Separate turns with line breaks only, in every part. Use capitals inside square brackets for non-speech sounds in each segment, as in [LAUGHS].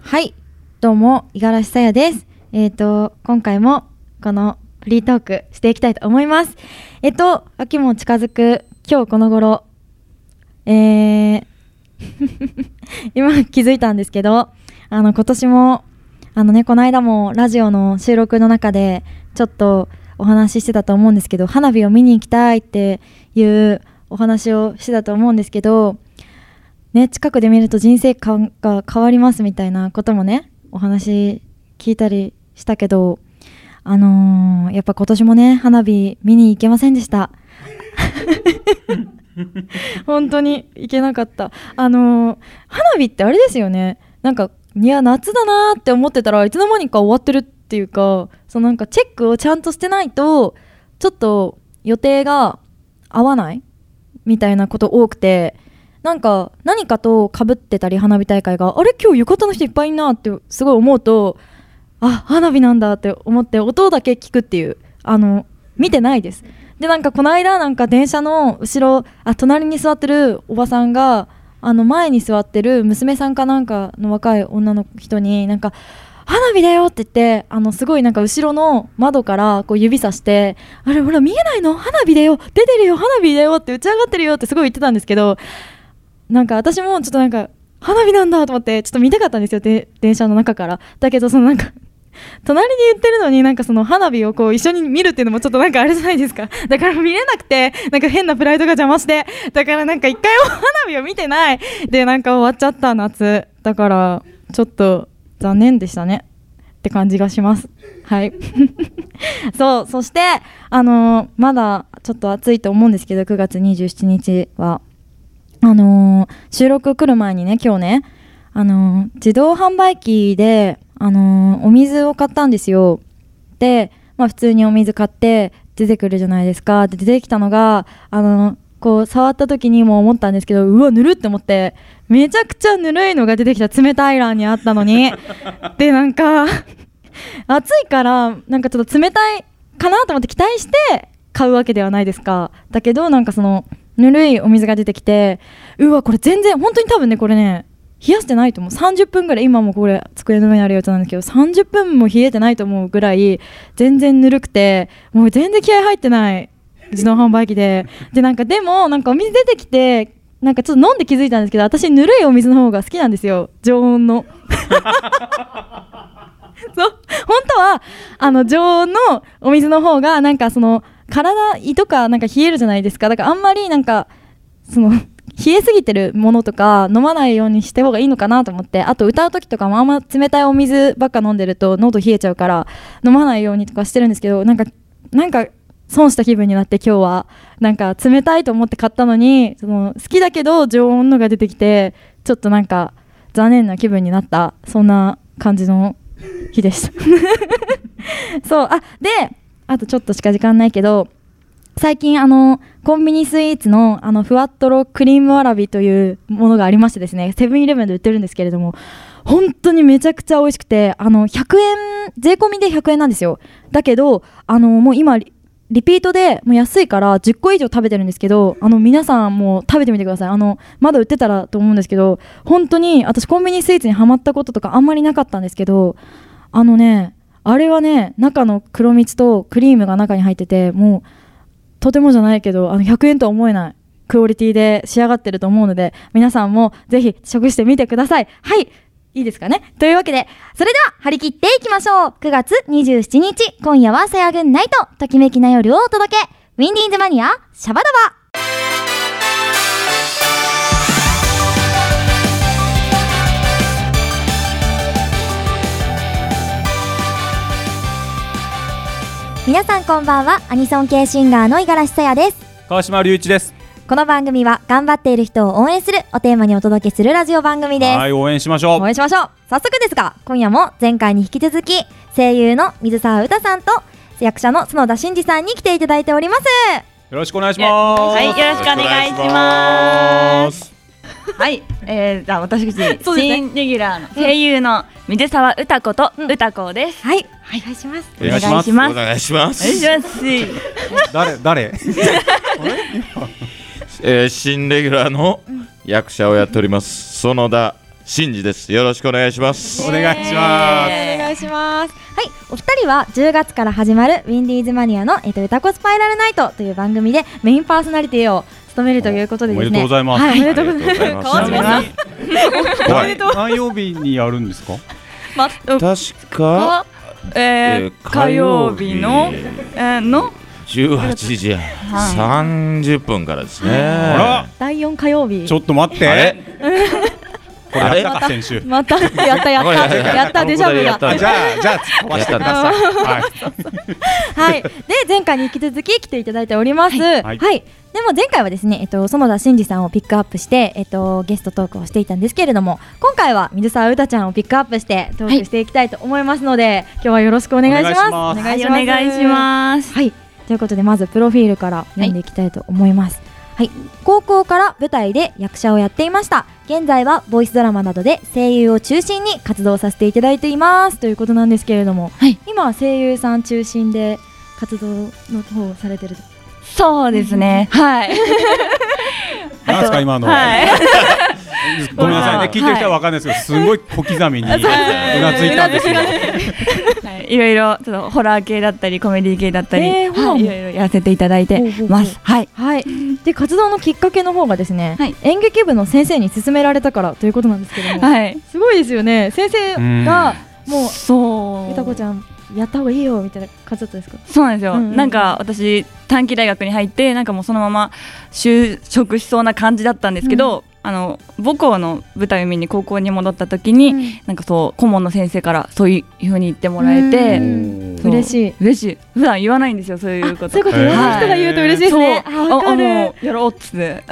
はい、どうも五十嵐さやです。えっ、と今回もこのフリートークしていきたいと思います。えっ、と秋も近づく今日この頃、えー、 [LAUGHS] 今気づいたんですけど、あの今年もあのねこの間もラジオの収録の中でちょっとお話ししてたと思うんですけど、花火を見に行きたいっていうお話をしてたと思うんですけど。ね、近くで見ると人生観が変わりますみたいなこともねお話聞いたりしたけどあのーやっぱ今年もね花火見に行けませんでした本当に行けなかったあのー花火ってあれですよねなんかいや夏だなーって思ってたらいつの間にか終わってるっていうかそのなんかチェックをちゃんとしてないとちょっと予定が合わないみたいなこと多くてなんか何かとかぶってたり花火大会があれ今日浴衣の人いっぱいいんなってすごい思うとあ花火なんだって思って音だけ聞くっていうあの見てないですでなんかこの間なんか電車の後ろあ隣に座ってるおばさんがあの前に座ってる娘さんかなんかの若い女の人になんか花火だよって言ってあのすごいなんか後ろの窓からこう指さしてあれほら見えないの花火だよ出てるよ花火だよって打ち上がってるよってすごい言ってたんですけどなんか私もちょっとなんか花火なんだと思ってちょっと見たかったんですよで電車の中からだけどそのなんか [LAUGHS] 隣に言ってるのになんかその花火をこう一緒に見るっていうのもちょっとなんかあれじゃないですかだから見れなくてなんか変なプライドが邪魔してだからなんか一回も花火を見てないでなんか終わっちゃった夏だからちょっと残念でしたねって感じがしますはい [LAUGHS] そうそしてあのーまだちょっと暑いと思うんですけど9月27日はあのー収録来る前にね今日ね、あのー自動販売機で、あのーお水を買ったんですよで、まあ、普通にお水買って出てくるじゃないですかで出てきたのが、あのーこう触った時にも思ったんですけどうわぬるって思ってめちゃくちゃぬるいのが出てきた冷たい欄にあったのに [LAUGHS] でなんか暑いからなんかちょっと冷たいかなと思って期待して買うわけではないですかだけどなんかそのぬるいお水が出てきてうわこれ全然本当に多分ねこれね冷やしてないと思う30分ぐらい今もこれ机の上にあるやつなんですけど30分も冷えてないと思うぐらい全然ぬるくてもう全然気合入ってない自動販売機ででなんかでもなんかお水出てきてなんかちょっと飲んで気づいたんですけど私ぬるいお水の方が好きなんですよ常温の [LAUGHS] そう本当はあの常温のお水の方がなんかその体胃とかなんか冷えるじゃないですかだからあんまりなんかその冷えすぎてるものとか飲まないようにした方がいいのかなと思ってあと歌う時とかもあんま冷たいお水ばっか飲んでると喉冷えちゃうから飲まないようにとかしてるんですけどなんかなんか損した気分になって今日はなんか冷たいと思って買ったのにその好きだけど常温のが出てきてちょっとなんか残念な気分になったそんな感じの日でした。 [LAUGHS] そうあであとちょっとしか時間ないけど最近あのコンビニスイーツのあのふわっとろクリームわらびというものがありましてですねセブンイレブンで売ってるんですけれども本当にめちゃくちゃ美味しくてあの100円税込みで100円なんですよだけどあのもう今リリピートでもう安いから10個以上食べてるんですけどあの皆さんも食べてみてくださいあのまだ売ってたらと思うんですけど本当に私コンビニスイーツにはまったこととかあんまりなかったんですけどあのねあれはね中の黒蜜とクリームが中に入っててもうとてもじゃないけどあの100円とは思えないクオリティで仕上がってると思うので皆さんもぜひ食してみてくださいはいいいですかねというわけでそれでは張り切っていきましょう9月27日今夜はさやぐんナイトときめきな夜をお届けウィンディーンズマニアシャバダバ
皆さんこんばんはアニソン系シンガーの五十嵐さやです
川島隆一です。
この番組は頑張っている人を応援するおテーマにお届けするラジオ番組です
はい、応援しましょ
お
う。
会いしましょう早速ですが今夜も前回に引き続き声優の水沢歌さんと役者の角田真二さんに来ていただいております
よろしくお願いします。。
はいよろしくお願いしますはい、えー、じゃあ私口、 [LAUGHS]
そうですね
新レギュラーの声優の水沢歌子と歌子です。
はい、お願いします
お願いします。
ま
お願いしま
お願い
す。
します。
誰誰？
えー、新レギュラーの役者をやっております園田真二です。よろしくお願いします。
お願いします。
お願いします。はい、お二人は10月から始まるウィンディーズマニアの、えっと、歌子スパイラルナイトという番組でメインパーソナリティを務めるということで
お
で
めでとうご。
すね
ざいます。
はいおめでとうございます
ありがとう
川
ござい
島
ま
さ
す。
何
はい
何曜日にやるんですか？
また
確か、
えー、火曜日の、えー、の
18時30分からですね。
あら、
第四火曜日
ちょっと待っ
あ
て。
れ
これやったか先週。
またやったやっ
ごめんなさ
た
い
やったデジャブ
やっ
が
た
じゃあじゃあ突っ込ませてください。はい。
はい、で前回に引き続き来ていただいております。はい、
はい
でも前回はですね、えっと園田真二さんをピックアップして、えっとゲストトークをしていたんですけれども、今回は水沢うたちゃんをピックアップしてトークしていきたいと思いますので、今日はよろしくお願いします。
お願いします
はいお願いします。
はい、ということでまずプロフィールから読んでいきたいと思います。はい、高校から舞台で役者をやっていました。現在はボイスドラマなどで声優を中心に活動させていただいていますということなんですけれども、
はい
今は声優さん中心で活動の方をされてる。
そうですね。はい。
なんですか今の。
はい。
ごめんなさいね
はい
聞いてる人はわかんないですけど、すごい小刻みにうなずいたんですよ。
[LAUGHS] はい、いろいろちょっとホラー系だったりコメディ系だったり、
えーホラーも
はい、いろいろやらせていただいてます。はい。
はいで活動のきっかけの方がですね、
はい
演劇部の先生に勧められたからということなんですけども、
はい。
すごいですよね先生がもう
そう。
うたこちゃんやった方がいいよみたいな感じだったんですか
そうなんですよ、
うんうんうん
なんか私短期大学に入ってなんかもうそのまま就職しそうな感じだったんですけど、あの母校の舞台を見に高校に戻った時に、
うん
なんかそう顧問の先生からそういうふうに言ってもらえ
う
て、
ん
そう
嬉しい
嬉しい普段言わないんですよそういうこ
あそう
と
いうこと言わない人が言うと嬉しいですね、
そう
あわかる
あもうやろうっつって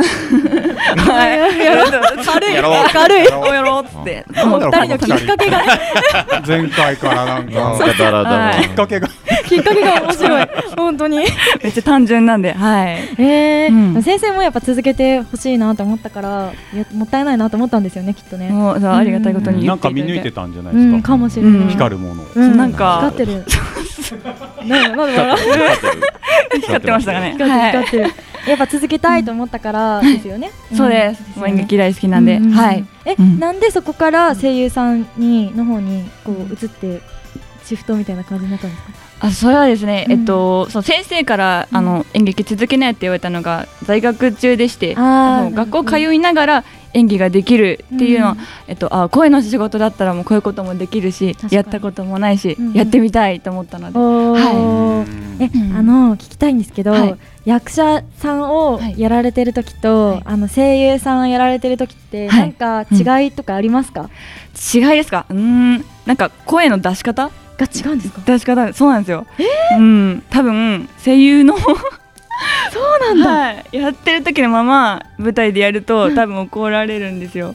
はいやろう軽
やろう
軽い
やろう
やろうっつって
なんだろう
もう二人
こ
のき
の
っ
二
かけが
前回からなん
なん
か
かだらだら。
はい
きっかけが
きっかけが面白い本当に
めっちゃ単純なんではい
えー
うん
先生もやっぱ続けてほしいなと思ったからいやもったいないなと思ったんですよねきっとね
もうそうありがたいことに
な
言っ
んか
ていただい
見
て
抜いてたんじゃないうです
ん
か。
かもしれない、
うん
光るものを。
う
そうんなんか
光ってるなんでなんで笑う
光ってましたかね
光って
は
る光
い
って [LAUGHS] るやっぱ続けたいと思ったからですよね、
そうです。
うん
もう演劇大好きなんで、
うう
はい。
え、
うん
なんでそこから声優さんにの方にこう移ってシフトみたいな感じになったんですか
あ、それはですね、
うん
えっと、そう先生から、あの演劇続けないって言われたのが在学中でして、
あー
もう学校通いながら演技ができるっていうのは、
うん
えっとあ声の仕事だったらもうこういうこともできるし
確、かに
やったこともないし、
うん
やってみたいと思ったので、
おー
は
え、
うん
あの聞きたいんですけど、
はい
役者さんを
はい
やられてる時と、
はい
あの声優さんをやられてる時って、
はい
なんか違いとかありますか、
違いですか？うーん、なんか声の出し方？
が違うんですか
出し方、そうなんですよ。うん、多分声
[LAUGHS]
優の
そうなんだ、
はい、やってる時のまま舞台でやると多分怒られるんですよ。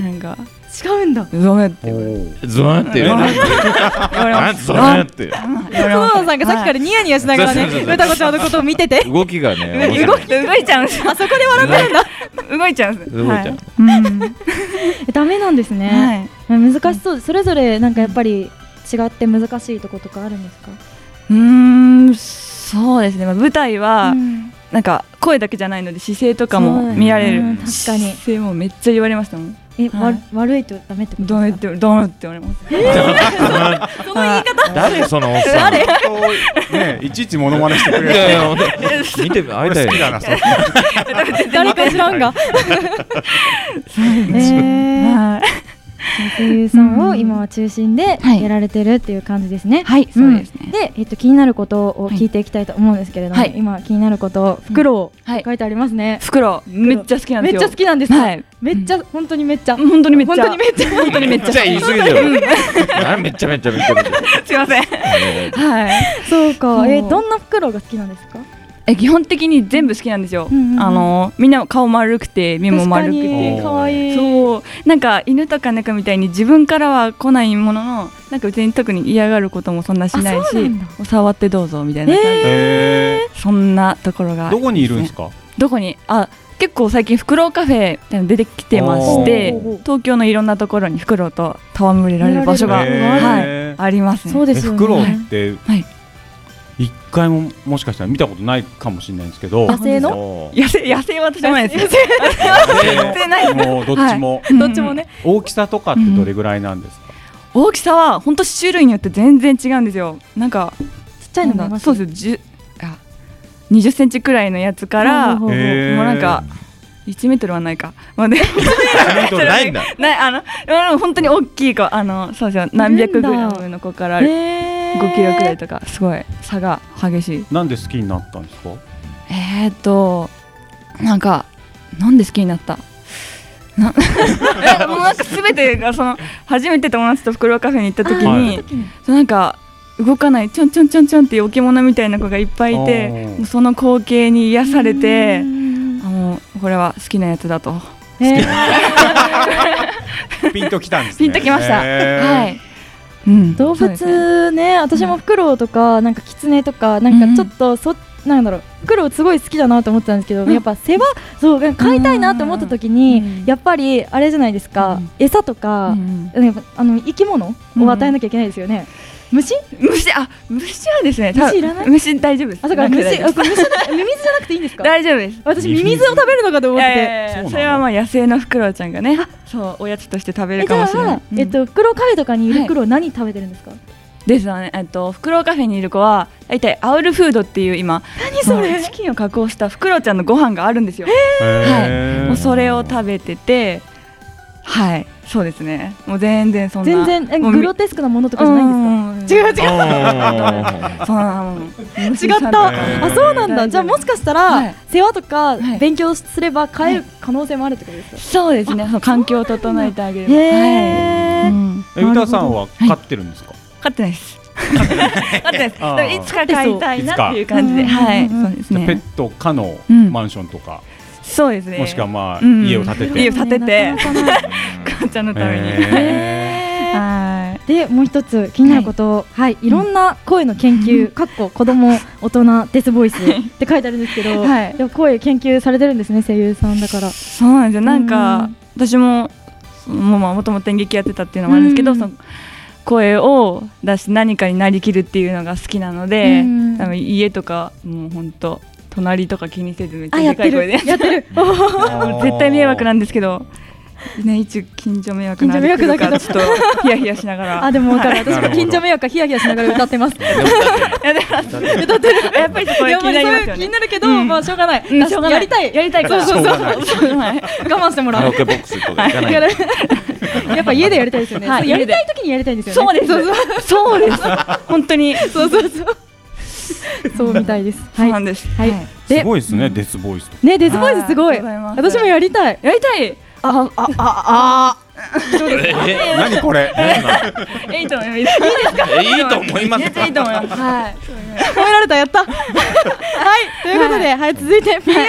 なんか
違うんだ
ダメって言われる
ズワンって言われて。なんズワンって。
園田さんがさっきからニヤニヤしながらね、
そうそうそう [LAUGHS] そう
歌子ちゃんのことを見てて
動きがね。面
動
白い
き動いちゃうんです。あそこで笑ってるんだ。動いちゃうんです。
動いちゃう
はい。うん
[LAUGHS] ダメなんですね、
はい。
難しそうそれぞれなんかやっぱり違って難しいとことかあるんですか、
うーん、そうですね。まあ舞台は、
うん
なんか声だけじゃないので姿勢とか
そう
も見られる。
うん確かに
姿勢もめっちゃ言われましたもん。
え、
は
わ
い
悪いとダメってこと
どう
で
や
す
っ
か
てどうやって言われます。
[LAUGHS]
その言い方。
誰そのおっさん。い
ねいちいちモノマネしてくれ
やい
る。
や見てみ会い
俺
たい
好きだ
よ
な。それ
誰か知らん [LAUGHS] がえー
はい
声優さんを今は中心で
はい
やられてるっていう感じですね。
はい、
う
そうんですね。
で、えっと、気になることを聞いていきたいと思うんですけれども、
はい
今気になること「フクロウ」
はい
書いてありますね、
袋めっちゃ好きなん
め
で
っ
すよ。
ちゃ好きなんです、
はい
めっちゃ本当にめっちゃ、
本当にめっちゃ
本当にめっちゃ本当に
めっちゃ言い過ぎだよ。あめちゃめちゃめちゃめちゃ。
すいません。はい。
そう
そ
か
う
えどんなフクロウが好きなんですか
え基本的に全部好きなんですよ。
うんうんうん
あのみんな顔丸くて目も丸く
確か
て
に。かわいい
そうなんか犬とか猫みたいに自分からは来ないもののなんか別に特に嫌がることもそんなしない
あ
し
そうなんだ
お触ってどうぞみたいな、
え
そんなところが
ーどこにいるんですか。
どこにあ結構最近フクロウカフェみたいなの出てきてまして
おー
東京のいろんなところにフクロウと戯れられる場所が、
見られる
はい、
えー
あります
そう
ね。
ですよね
フクロウって
はい
一回ももしかしたら見たことないかもしれないんですけど
野生の
おー
野生野生は私じゃないですよ
野生のもうどっちも、
うん
どっちもね、
大きさとかってどれぐらいなんですか、
大きさは本当種類によって全然違うんですよなんか
ちっちゃいの
な
が
んだそうですよ10あ20センチくらいのやつからも
ほうほうほう
へー
うなんか1メートルはないかま
[LAUGHS]
あね
あそうないんだ
ないあのでも本当に大きい子あのそうですよ何百グラムの子から5
え
キロくらいとかすごい差が激しい
なんで好きになったんですか
えー、っとなんかなんで好きになったな [LAUGHS] えもうなんか全てがその初めて友達と袋カフェに行った時に、
あー
そうなんか動かないちょんちょんちょんちょんっていう置物みたいな子がいっぱいいて
あー
もうその光景に癒されて
うん
あもうこれは好きなやつだと
えー
ピンときたんです
ピ
ね
ンときました、
へー
はい、うん
動
そうですね
物ね私もフクロウとかなんかキツネとかなんかちょっとそ、なんだろうフクロウすごい好きだなと思ってたんですけど、
うん
やっぱ世話そうなんか飼いたいなと思った時に、
うん
やっぱりあれじゃないですか、
うん
餌とか
う、ん
やっぱあの生き物を与えなきゃいけないですよね、虫
虫あ虫はですね
虫
多分
いらない
虫大丈夫です
あだから
なく
虫
て大丈
あ
夫
これ虫じゃないミミズじゃなくていいんですか
[LAUGHS] 大丈夫です
私ミミズを食べるのかと思
い
って
やい
て。
やいや
そうなの
それはまあ野生のフクロウちゃんがねそうおやつとして食べ
え
る
じ
か
ゃ
もしれない
あ、、
うん
えっと、フクロウカフェとかにいるフクロウ何食べてるんですか、
ですわね、えっと、フクロウカフェにいる子は大体アウルフードっていう今
何それ
もうチキンを加工したフクロウちゃんのご飯があるんですよ、
へー
もうそれを食べててはいそうですねもう全然そんな
全然え
もう
グロテスクなものとかじゃないん
ん
ですか、違う違う
おー
そんなもう
[LAUGHS] 違っ
え
た、
ー
あそうなんだ、
大丈夫
じゃあ、もしかした
は
ら
い
世話とか
はい
勉強すれば変える可能性もあるってことですか、
そうですねその環境を整えてあげる
へー
はいうん
え歌さんは飼ってるんですか、
飼ってないです飼ってないですで
あー
もいつか飼いたいなっていう感じで
いつか
はい
うんうんうん
そうです
じゃあペ
ね
ット可の
うん
マンションとか、
そうですね
もしくはまあ、
うん
家を建てて
家を建てて
なかなかな
母ちゃんのために
へ
ー
はい
[LAUGHS] でもう一つ気になること、はい、いろんな声の研究、かっこ子供、大人、デスボイスって書いてあるんですけど、
はい
でも声研究されてるんですね、声優さんだから。
そうなんですよなん
うんう
か
ん
私もそのもうまあもともと演劇やってたっていうのもあるんですけど、
うんうん
その声を出して何かになりきるっていうのが好きなので、
うん
多分家とかもう本当隣とか気にせずめっちゃ
あ、や
で
っ
か
て
い声
る、
で
やって [LAUGHS] る、
もう絶対迷惑なんですけど。ね、一応近所迷惑なんです
近所迷惑だ
ちょっとヒヤヒヤしながら
あ、でも分かる、私
な
も
るほど
緊張迷惑かヒヤヒヤしながら歌ってます。
でも
いやでも
だ
歌
ってだって
ってる
やっぱりそこは
やっ
気
ぱ
に
りそ
なり
う
ま
い
す
う
よ
気
ね
になるけど、
うん
まあしょうがない。
うんしょうがない
やりたい。
やりたいから
そうそうそ
しょ
う
がな
う。
そうそうはい
[LAUGHS] 我慢しても
カ
ら
ラオ
う。
ケボックスとか行かない
やっぱ家でやりたいですよね。
はい
そうやりたい時にやりたいんですよ
そう
ね。
ですそうです本当にそ
そう
う
そうそう [LAUGHS] そう。そうみたいです。
な
は
んです、
い。は
は
いい。
すごいですね、デスボイスとか
ね、デスボイスすご
あ
い。
りがとうございます
私もやりたい。
やりたい
あ、あ、 [LAUGHS] あ、
え
何これ
えいいと思います。いいですか。
えいいと思います
めっちゃいいと思います。はい。
あ、褒められた、や [LAUGHS] った。はい、ということで、はい、続いて PR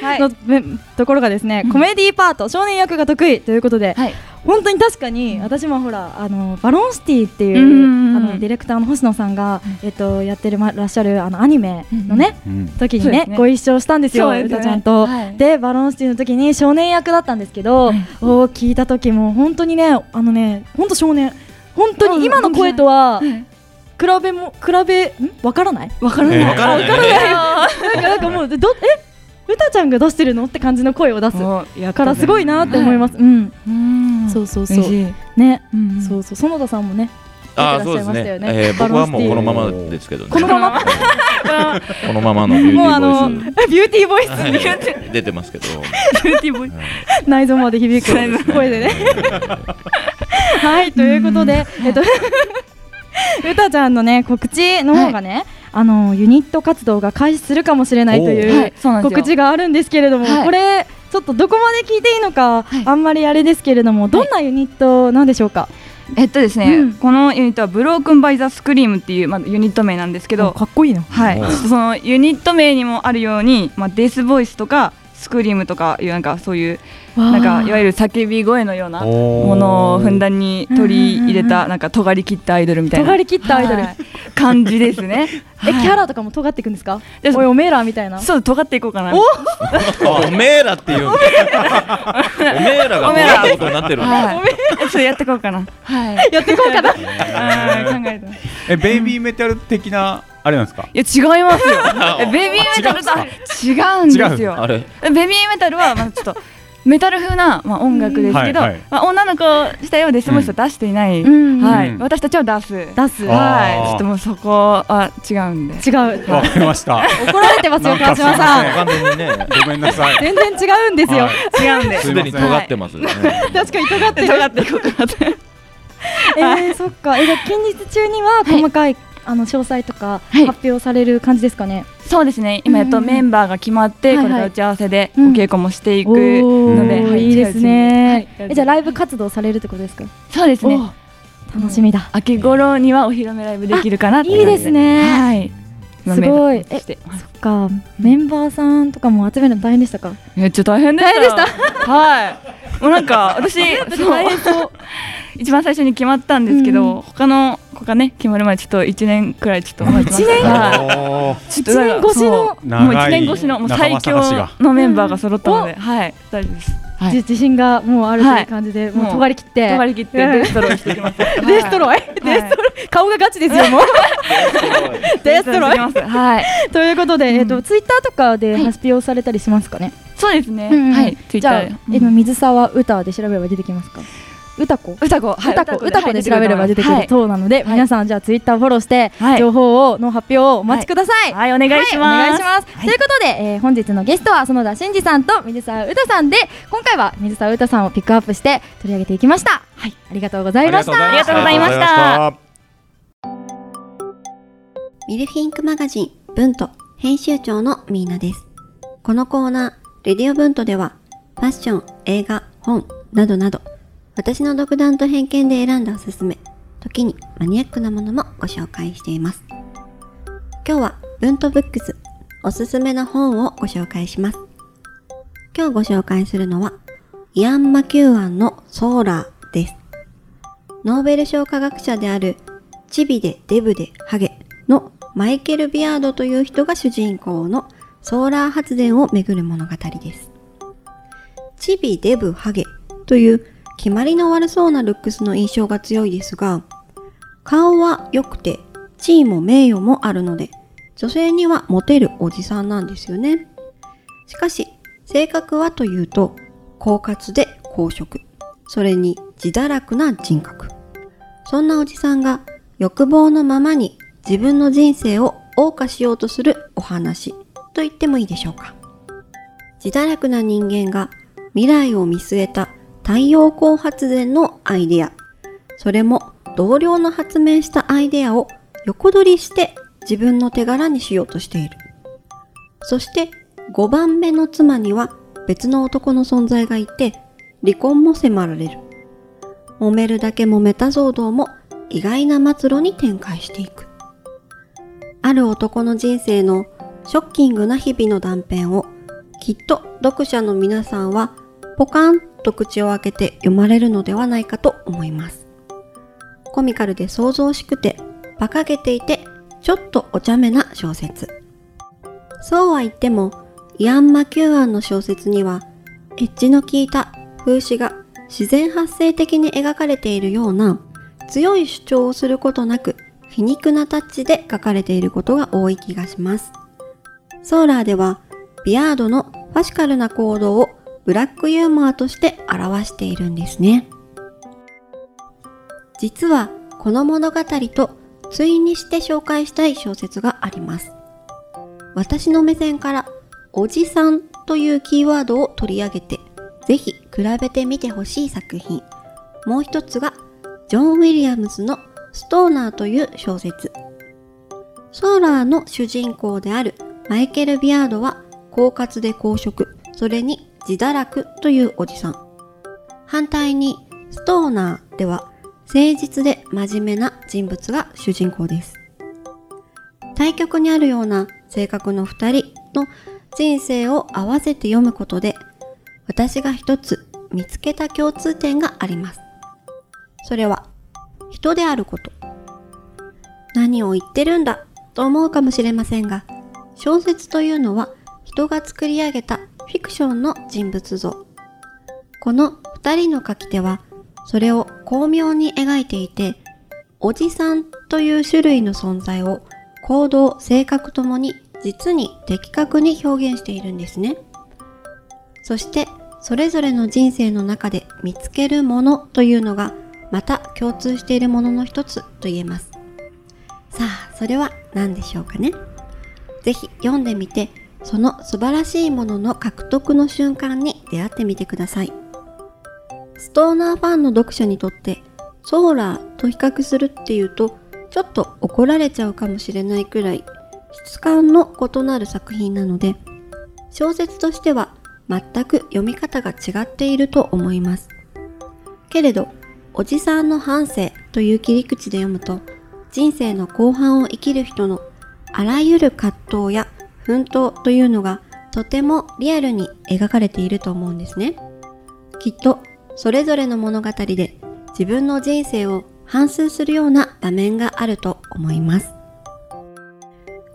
はい
のぶところがですね、コメディパート、少年役が得意ということで、
はい。
本当に確かに私もほらあのバロンシティっていう
うんうんうん
あのディレクターの星野さんが、えっと、やってるまらっしゃるあのアニメのね、
うん
時に
そうで
ね
すね
ご一緒したんですよ、
そうです
う
よね
たちゃんと。
はい
でバロンシティの時に少年役だったんですけど、を聞いた時も本当にねあのね本当少年本当に今の声とは比べも比べんわからない
わから
えー
な
わ
い。
からない
なんかなんかもうどえうたちゃんが出してるのって感じの声を出す
うやっ
からすごいなって思います。うん、
うん
そううそう
そ。
そうう
嬉しい。
ね
うん [LAUGHS]
そうそう、園田さんもね、
あー
出
そ
て
う
ら
で
っし
す
ゃいま
ね
したよね
えー僕はもうこのま
バ
ま
ロンスティー
ですけどね
このまま、
このままの [LAUGHS] ビューテ
もう
ィ
あの、
ーボイ
ビューティーボイス
スはい出てますけど
ビューティーボイス。
内臓まで響
そうです
く声でね。はい、ということで、えっと、 [LAUGHS] うたちゃんのね、告知の方がね、あの、ユニット活動が開始するかもしれないと
お
い
は
う
いそうなんですよ
告知があるんですけれども、
はい
これ、ちょっとどこまで聞いていいのか、
はい
あんまりあれですけれども、どんなユニットなんでしょうか。
えっとです
う
ね
ん。
このユニットはブロークンバイザスクリームっていうまあユニット名なんですけど。
っこいいな。
はい
お。
そのユニット名にもあるように、まあデスボイスとかスクリームとかいうなんかそういうなんかいわゆる叫び声のような。も
も
のをふんだんに取り入れ
うんうんうんう
たなんか尖り切ったアイドルみたいな
尖り切ったアイドル。
はい感じですね
[LAUGHS] え、キャラとかも尖っていくんですか。
です
おい、おめえらみたいな。
そう尖っていこうかな。
おめえらっていうおめえらが
お
こ
めえ
う
ら
なったことになってるんだ
はい。えそうやっ
[LAUGHS]
てこうかな。はい。
やっていこうかな。
あー考えてます。
えベイビーメタル的なあれなんですか
いや違います [LAUGHS] よえベビーメタルとあ違うんですよ
あれ
ベビーメタルはまあちょっと [LAUGHS] メタル風な、まあ、音楽ですけど、
うんはいはい
まあ、女の子したようでその人は出していない、
うん
はい
うん
私たちは出す
出す
はい
あー
ちょっともうそこは違うんで
違う
わかりました
怒られてますよ
なん
川
かすい
島
ません
さん
完全にね
ごめんなさい
全然違うんですよ、
はい
違うんです
すでに尖ってますね
確かに尖ってる
尖っていこうかなって
えー、そっかえじゃあ近日中には細かい、あの詳細とか
はい
発表される感じですかね、
そうですね今やっとメンバーが決まっ
う
て、
んうん
これから打ち合わせでお
はいはい
稽古もしていく
おー
ので、はい
いですね、
近いうちにはい
えじゃあライブ活動されるってことですか
そうです
お
ね
ー楽しみだ、
秋頃にはお披露目ライブできるかなって
いいですね、
はい
すごいえ
してます
そっかメンバーさんとかも集めるの大変でしたか
めっちゃ大変でした大変でしたはいもうなんか私そう一番最初に決まったんですけど、
うん
他の子がね決まる前ちょっと一年くらいちょっと待ってました
一年
はい
おー
ちょっとなんか
一年越しの
そうもう一
長い
年越しのもう最
仲
強
間探しが
のメンバーが揃ったので、はい大丈夫ですはい
じ自信がもうあるという感じで、
い
もう
もう
尖り切って
頑張り切って
うん
デストロイしてきます。
デストロイ、
はい
デストロイ顔がガチですよもうデストロ
し
イ
てきますはい。
[LAUGHS] ということで、えっとツイッターとかで発表されたりしますかね、
そうですね。
うんうん
はい。ツ
じ
イッタ
ゃあ、
ー。
今水沢歌で調べれば出てきますか歌子
歌子、
歌子歌子で調べれば出てく
は
る
い
そうなので、皆さんじゃあツイッターフォローして、
はい
情報をの発表をお待ちください、
はい、お願いし
お願
ま
い
す
し。ます、ということで、えー本日のゲストは園田真二さんと水沢歌さんで今回は水沢歌さんをピックアップして取り上げていきました、はい、ありがとうございました
ありがとうございました
ミルフィンクマガジンブント編集長のミーナです。このコーナー、レディオブントでは、ファッション、映画、本などなど、私の独断と偏見で選んだおすすめ、時にマニアックなものもご紹介しています。今日はブントブックス、おすすめの本をご紹介します。今日ご紹介するのは、イアン・マキューアンのソーラーです。ノーベル賞科学者であるチビでデブでハゲのマイケル・ビアードという人が主人公のソーラー発電をめぐる物語です。チビデブハゲという決まりの悪そうなルックスの印象が強いですが、顔は良くて地位も名誉もあるので、女性にはモテるおじさんなんですよね。しかし、性格はというと、狡猾で公職、それに自堕落な人格。そんなおじさんが欲望のままに自分の人生を謳歌しようとするお話と言ってもいいでしょうか。自堕落な人間が未来を見据えた太陽光発電のアイデア。それも同僚の発明したアイデアを横取りして自分の手柄にしようとしている。そして5番目の妻には別の男の存在がいて離婚も迫られる。揉めるだけ揉めた騒動も意外な末路に展開していく。ある男の人生のショッキングな日々の断片をきっと読者の皆さんはポカンと口を開けて読まれるのではないかと思います。コミカルで想像しくて馬鹿げていてちょっとお茶目な小説。そうは言ってもイアン・マキューアンの小説にはエッジの効いた風刺が自然発生的に描かれているような強い主張をすることなく皮肉なタッチで書かれていることが多い気がします。ソーラーではビアードのファシカルな行動をブラックユーモアとして表しているんですね。実はこの物語と対にして紹介したい小説があります。私の目線からおじさんというキーワードを取り上げてぜひ比べてみてほしい作品もう一つがジョン・ウィリアムズのストーナーという小説ソーラーの主人公であるマイケル・ビアードは狡猾で公職それに自堕落というおじさん反対にストーナーでは誠実で真面目な人物が主人公です対極にあるような性格の二人の人生を合わせて読むことで私が一つ見つけた共通点があります。それは人であること。何を言ってるんだと思うかもしれませんが、小説というのは人が作り上げたフィクションの人物像。この二人の書き手はそれを巧妙に描いていて、おじさんという種類の存在を行動、性格ともに実に的確に表現しているんですね。そして、それぞれの人生の中で見つけるものというのが、また共通しているものの一つと言えます。さあ、それは何でしょうかね。ぜひ読んでみて、その素晴らしいものの獲得の瞬間に出会ってみてください。ストーナーファンの読者にとって、ソーラーと比較するっていうと、ちょっと怒られちゃうかもしれないくらい、質感の異なる作品なので、小説としては全く読み方が違っていると思います。けれど、おじさんの半生という切り口で読むと、人生の後半を生きる人のあらゆる葛藤や奮闘というのがとてもリアルに描かれていると思うんですね。きっとそれぞれの物語で自分の人生を反芻するような場面があると思います。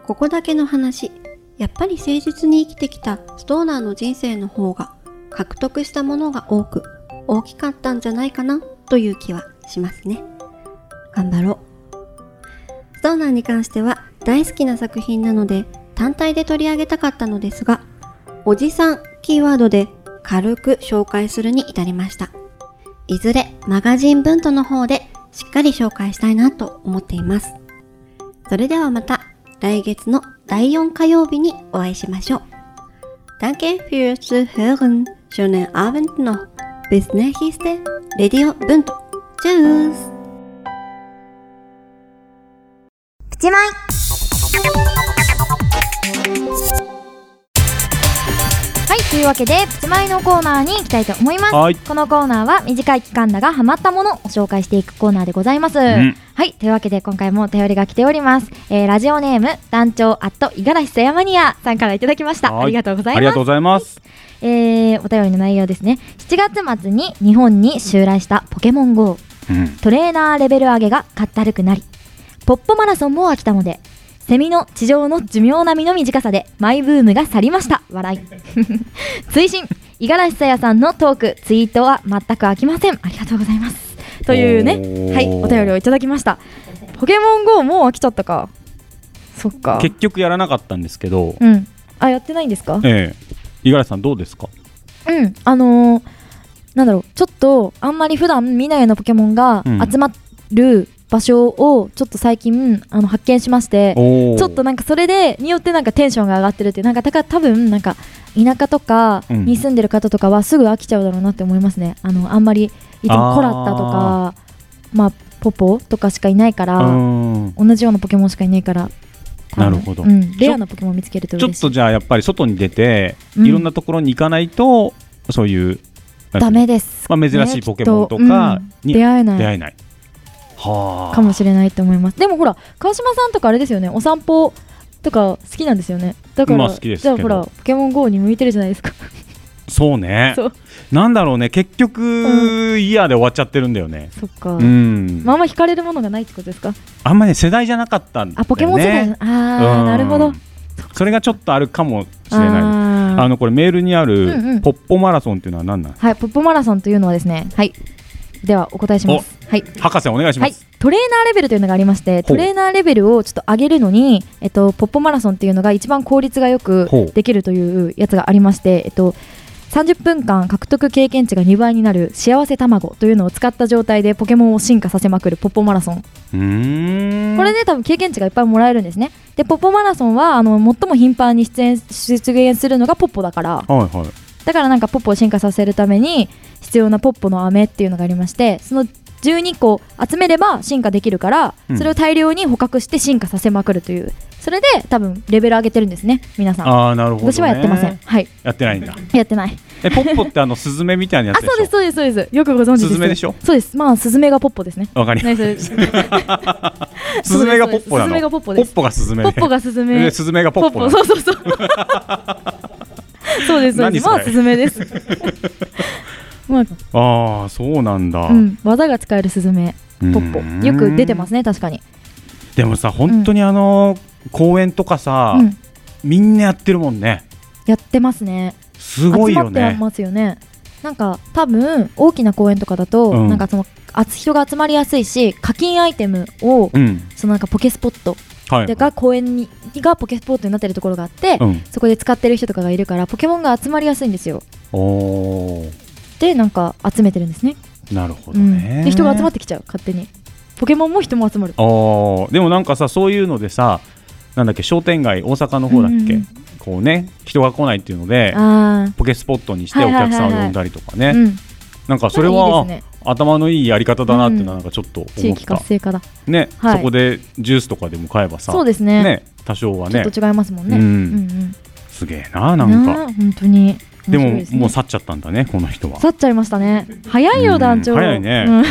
ここだけの話、やっぱり誠実に生きてきたストーナーの人生の方が獲得したものが多く大きかったんじゃないかなという気はしますね。頑張ろう。ストーナーに関しては大好きな作品なので単体で取り上げたかったのですが、おじさんキーワードで軽く紹介するに至りました。いずれマガジン文との方でしっかり紹介したいなと思っています。それではまた来月の第4火曜日にお会いしましょう。Danke fürs Zuhören. Schönen Abend noch. Bis nächste Radio Bunt. Tschüss.
プチマイはい、というわけで、プチマイのコーナーに行きたいと思います。
はい
このコーナーは短い期間だがハマったものを紹介していくコーナーでございます。
ん
はい、というわけで今回もお便りが来ております。えーラジオネーム、団長アット五十嵐さやまにやさんからいただきました。
はい
ありがとうござい
あ
ま
り
す
がと。うございます。
えーお便りの内容ですね7月末に日本に襲来したポケモン GO
うん
トレーナーレベル上げがかったるくなりポップマラソンも飽きたのでセミの地上の寿命並みの短さでマイブームが去りました笑い [LAUGHS] 追伸五十嵐さやさんのトークツイートは全く飽きませんありがとうございますというね
おー
はいお便りをいただきました
ポケモン GO もう飽きちゃったかそっか
結局やらなかったんですけど、
うんあやってないんですか
ええ、五十嵐さんどうですか。
うんあのーなんだろうちょっとあんまり普段見ないようなポケモンが
うん
集まる場所をちょっと最近あの発見しまして
お
ちょっとなんかそれでによってなんかテンションが上がってるっていうなんかだから多分なんか田舎とか
うん
に住んでる方とかはすぐ飽きちゃうだろうなって思いますねあのあんまりいつもコラッタとかまあポポとかしかいないから、
うん
同じようなポケモンしかいないから多分
なるほど
うん、レアなポケモン見つけると
ちょ
嬉
っ
しい
とじゃあやっぱり外に出て、
うん
いろんなところに行かないとそういうなんてい
ダ
うの
メです、
まあ、珍しいポケモン
きっと
とか
うん
に
出
出
会えない
会えない。はあ。
かもしれないと思いますでもほら川島さんとかあれですよねお散歩とか好きなんですよねだから、
まあ好きで
じ
すけ
ゃ
ど
あほらポケモン GO に向いてるじゃないですか [LAUGHS]
そうね
そう
なんだろうね結局、イヤーで終わっちゃってるんだよね。
そっか、
うん。
まああんま惹かれるものがないってことですか
あんまね世代じゃなかったんだよね。
あポケモン世代、ね、あ
う
ー
ん
なるほど
それがちょっとあるかもしれない。
あー
あのこれメールにあ
うんうん
るポッポマラソンっていうのは何なん？
はいポップマラソンというのはですねはいではお答えしますはい
博士お願いし
は
ま
い
す。、
トレーナーレベルというのがありまして
ほ
ト
う
レーナーレベルをちょっと上げるのに、えっと、ポップマラソンというのが一番効率がよく
ほう
できるというやつがありまして、えっと、30分間獲得経験値が2倍になる幸せ卵というのを使った状態でポケモンを進化させまくるポッポマラソン
うーん。
これで多分経験値がいっぱいもらえるんですねでポッポマラソンはあの最も頻繁に出演出現するのがポッポだから
はいはい。
だからなんかポッポを進化させるために必要なポッポの飴っていうのがありましてその12個集めれば進化できるから、
うん
それを大量に捕獲して進化させまくるというそれで多分レベル上げてるんですね皆さん、
ああなるほど、ね。
私はやってません。はい
やってないんだ。
やってない
えポッポってあのスズメみたいなや
あ
つでし
そ
ょ。
うですそうですそうですよくご存知です
スズメでしょ
そうですまあスズメがポッポですね
わかりま
ねそ
[LAUGHS]
れ [LAUGHS] ス
す。スズメがポッポな
スズメが
の。
ポッポ
ポ
です
ッポがスズメ
ポ
で。
ッポがスズメ
でスズメがポッポなの。
そうそうそう
[LAUGHS]
そうですそうで
何
す
そ
ま
れ
あスズメです
[LAUGHS]
まあ
ああそうなんだ。
うん、技が使えるスズメ
うーん
ポッポよく出てますね確かに、
でもさ本当にあの、公園とかさ、
うん、
みんなやってるもんね。
やってますね
すごいよ
集まって
ね。
ますよねなんか多分大きな公園とかだと、
うん
なんかそのあつ人が集まりやすいし課金アイテムを
うん。
そのなんかポケスポット
はい
でが公園にがポケスポットになってるところがあって、
うん
そこで使ってる人とかがいるからポケモンが集まりやすいんですよ
おー
でなんか集めてるんですね
なるほ
う
どね、
ん、で人が集まってきちゃう勝手にポケモンも人も集まる
ああでもなんかさそういうのでさなんだっけ商店街大阪の方だっけ、
うん
こうね人が来ないっていうので
あ
ポケスポットにして
はい
お
はいはい
客
はい
さんを呼んだりとかね、
あ、うん、
なんかそれは
なんかいいですね
頭のいいやり方だなっていうのはなんかちょっと思
地
っ
域
た、
活性化だ
ね、
はい
そこでジュースとかでも買えばさ
そうですね
ね多少はね
ちょっと違いますもんね、
うん
うん
すげえななんか
あ本当に
でも
面白いすね
もう去っちゃったんだねこの人は
去っちゃいましたね早いよ
うん
団長
早いね
うん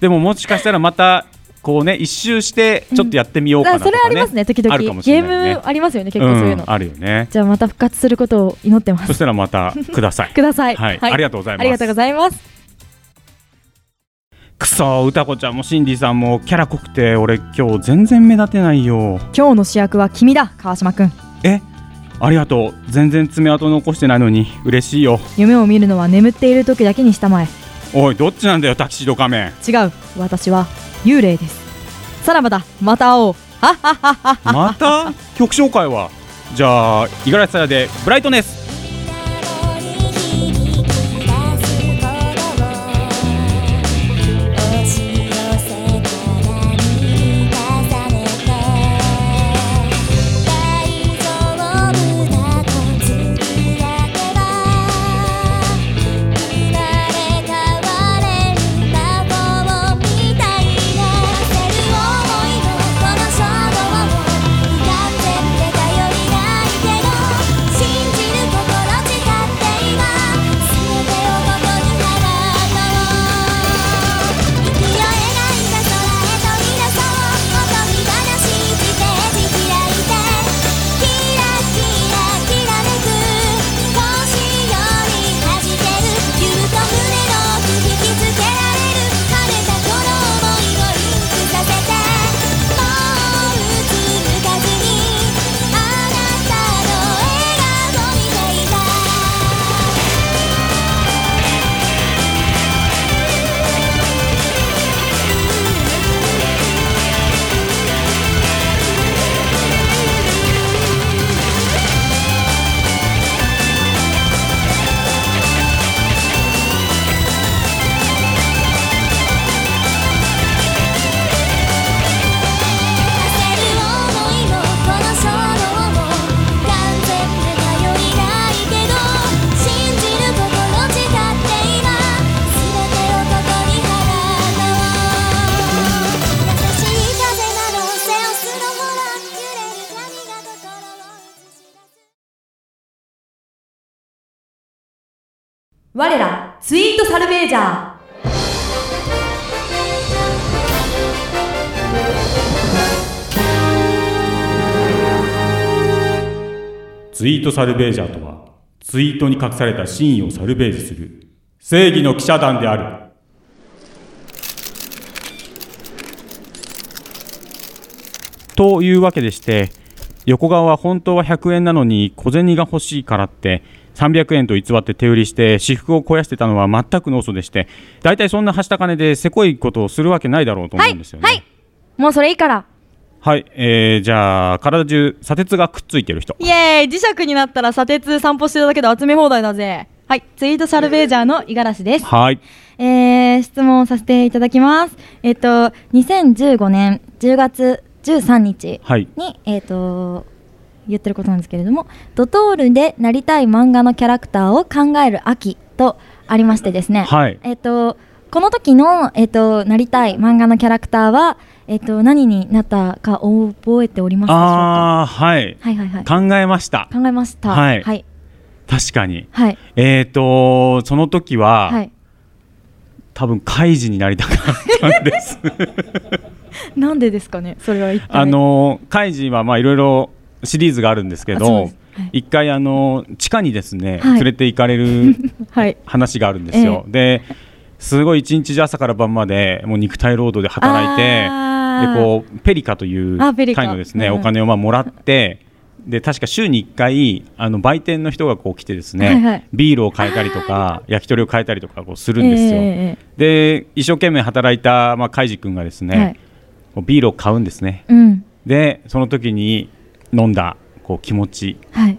でももしかしたらまたこうね一周してちょっとやってみようかな
あ
と
そ
か、
れ
ね
ありますね時々
あるかもし
ゲ
れないね
ームありますよね結構そういうの、
んあるよ
[LAUGHS]
ね
じゃあまた復活することを祈ってま
そ
す
したらまたください
ください
はい、ありがとうございます
ありがとうございます
くそ歌子ちゃんもシンディさんもキャラ濃くて俺今日全然目立てないよ
今日の主役は君だ川島くん
ありがとう全然爪痕残してないのに嬉しいよ
夢を見るのは眠っている時だけにしたまえ
おいどっちなんだよタキシード仮面
違う私は幽霊ですさらばだまた会おうはっはっはっは
また曲紹介はじゃあ五十嵐さやでブライトネス
我らツイートサルベージャー
ツイートサルベージャーとはツイートに隠された真意をサルベージする正義の記者団であるというわけでして横川は本当は100円なのに小銭が欲しいからって300円と偽って手売りして私服を肥やしてたのは全くの嘘でして大体そんなはした金でせこいことをするわけないだろうと思うんですよね。
はいもうそれいいから
はい、えー、じゃあ体中砂鉄がくっついてる人
イエーイ磁石になったら砂鉄散歩してるだけで集め放題だぜはいツイートサルベージャーの五十嵐です
はい
えー質問をさせていただきます。えっ、と2015年10月13日
はい
にえっ、と言ってることなんですけれども、ドトールでなりたい漫画のキャラクターを考える秋とありましてですね。
はい
えっ、とこの時のえっ、となりたい漫画のキャラクターはえっ、と何になったか覚えておりますでしょうか。
ああーはい
はいはいはい。考
考えました
えました。
はい
はい
確かに
はい
えーとその時は、
はい
多分カイジになりたかったんです
なんでですかね。それは一体。
あのカイジはまあいろいろシリーズがあるんですけ
あそう
ど
ですはい
一、回あの地下にですね、
はい
連れて行かれる
[LAUGHS] はい。
話があるんですよ、ですごい一日中朝から晩までもう肉体労働で働いて
あー
でこうペリカという
あペリカ
会のですね、
うんうん
お金をまあもらってで確か週に1回あの売店の人がこう来てですね、
はいはい
ビールを買えたりとか焼き鳥を買えたりとかこうするんですよ、
ええ
で一生懸命働いた、まあ、カイジ君がですね、
はい
こうビールを買うんですね
うん。
でその時に飲んだこう気持ち
はい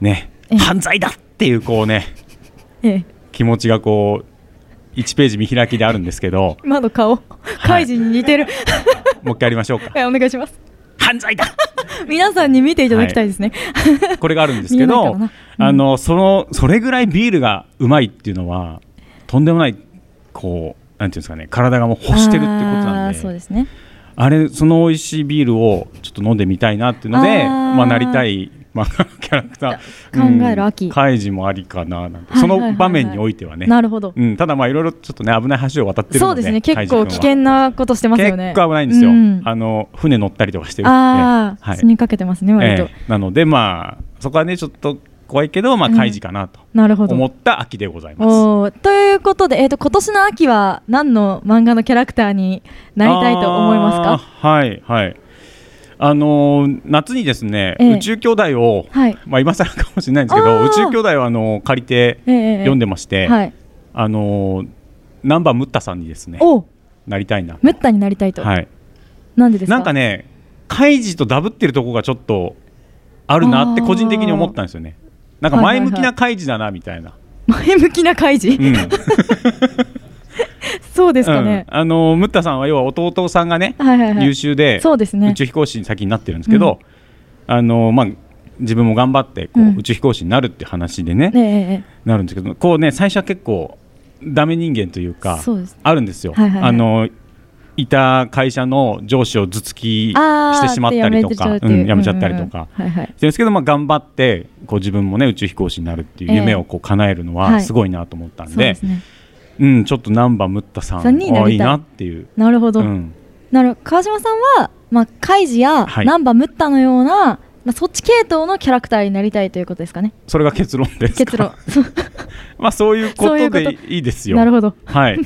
ね
ええ
犯罪だっていうこうね
ええ
気持ちがこう1ページ見開きであるんですけど
今の顔カイジに似て
[LAUGHS]
る
もう一回やりましょうか
はいお願いします
犯罪だ
皆さんに見ていただきたいですね、
これがあるんです
[LAUGHS] 見
け
えない
ど、
からな
あのそのそれぐらいビールがうまいっていうのはとんでもないこうなんていうんですかね体がもう欲してるってこと
あ
なん
ー
で
そうですね
あれその美味しいビールをちょっと飲んでみたいなっていうので
あー
まあなりたいまあキャラクター
[LAUGHS] 考える秋
うん開示もありかななんて
はい
そ
はいはいはい
の場面においてはね、
なるほど
うん、ただまあいろいろちょっとね危ない橋を渡ってる
そ
の
う
で
ですね結
カイ
構
ジ君は
危険なことしてますよね
結構危ないんですよ、
うん
あの船乗ったりとかしてるんで
ああ、
はい
死にかけてますね割と、
ええなのでまあそこはねちょっと怖いけどまあ
うん
開示かなと
なるほど
思った秋でございます、
おーということで、えー、と今年の秋は何の漫画のキャラクターになりたいと思いますか
あーはいはいあのー夏にですね、
ええ
宇宙兄弟を、
はい
まあ今更かもしれないんですけど
あー
宇宙兄弟はあのー借りて
ええええ
読んでまして、
はい、
あのーナンバームッタさんにですね
おう
なりたいな
めったになりたいと、
はい
なんでですか
なんかねカイジとダブってるとこがちょっとあるなって
あー
個人的に思ったんですよねなんか前向きなカイジだなみたいな、
[LAUGHS] 前向きな開示、
うん
そうですかね
う、ん、あのムッタさんは要は弟さんがね、
はいはいはい
優秀で
そうですね
宇宙飛行士に先になってるんですけど、あのまあ自分も頑張ってこう、
うん
宇宙飛行士になるって話でね
ねえええ
なるんですけどこうね最初は結構ダメ人間というか
そうです
あるんですよ、
はいはいはい
あのいた会社の上司を頭突き
あー
してしまったり
やめ
とか
てちゃうって
う、
いうん
やめちゃったりとか、
うんうんうんはいはい
してるんですけど、まあ、頑張ってこう自分もね宇宙飛行士になるっていう夢をこう叶えるの
は
はいすごいなと思ったん
そう
で,、
ですね
うん、ちょっと難波ムッタさん
さんになりたい
あいいなっていう。
なるほど、
うん
なる川島さんは、まあ、カイジや
はい
難波ムッタのような、まあ、そっち系統のキャラクターになりたいということですかね
それが結論ですか
結論
[LAUGHS] まあそういうこ
そういうこ
とで
と
いいですよ
なるほど [LAUGHS]
はい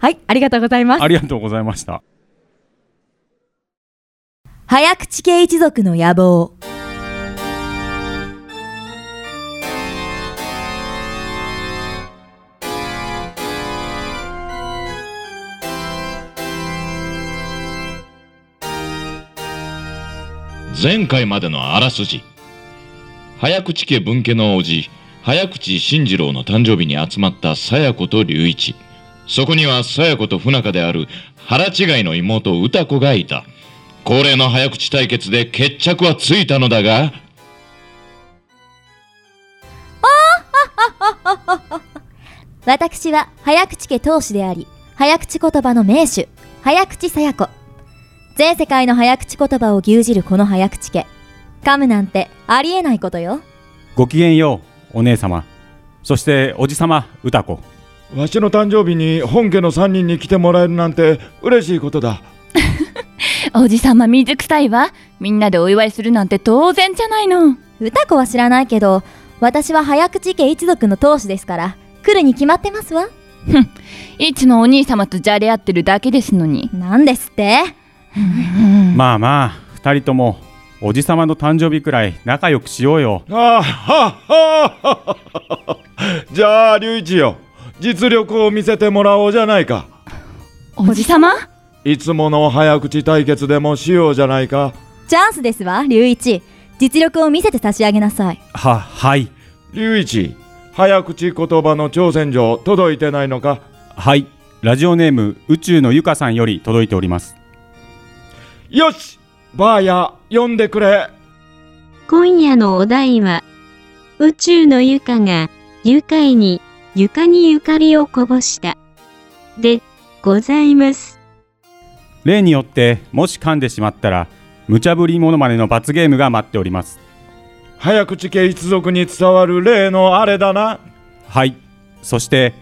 はいありがとうございます
ありがとうございました
早口系一族の野望
前回までのあらすじ早口家分家の叔父早口慎次郎の誕生日に集まった佐弥子と隆一そこには佐弥子と不仲である腹違いの妹歌子がいた恒例の早口対決で決着はついたのだが
私は早口家当主であり、早口言葉の名手、早口さや子。全世界の早口言葉を牛耳るこの早口家。噛むなんてありえないことよ。
ごきげんようお姉様そしておじさま歌子
わしの誕生日に本家の3人に来てもらえるなんて嬉しいことだ
おじさま水臭いわみんなでお祝いするなんて当然じゃないの
歌子は知らないけど、私は早口家一族の当主ですから、来るに決まってますわ。
いつもお兄様とじゃれ合ってるだけですのに
なんですって
まあまあ二人ともおじさまの誕生日くらい仲良くしようよ
ああはっはっはじゃあ龍一よ実力を見せてもらおうじゃないか
おじさま
いつもの早口対決でもしようじゃないか
チャンスですわ、龍一。実力を見せて差し上げなさい。
ははい
龍一早口言葉の挑戦状届いてないのか
はいラジオネーム宇宙のゆかさんより届いております
よしバーヤ呼んでくれ
今夜のお題は、宇宙の床が、愉快に、床にゆかりをこぼした。で、ございます。
例によってもし噛んでしまったら無茶ぶりモノマネの罰ゲームが待っております
早口家一族に伝わる例のあれだな
はいそして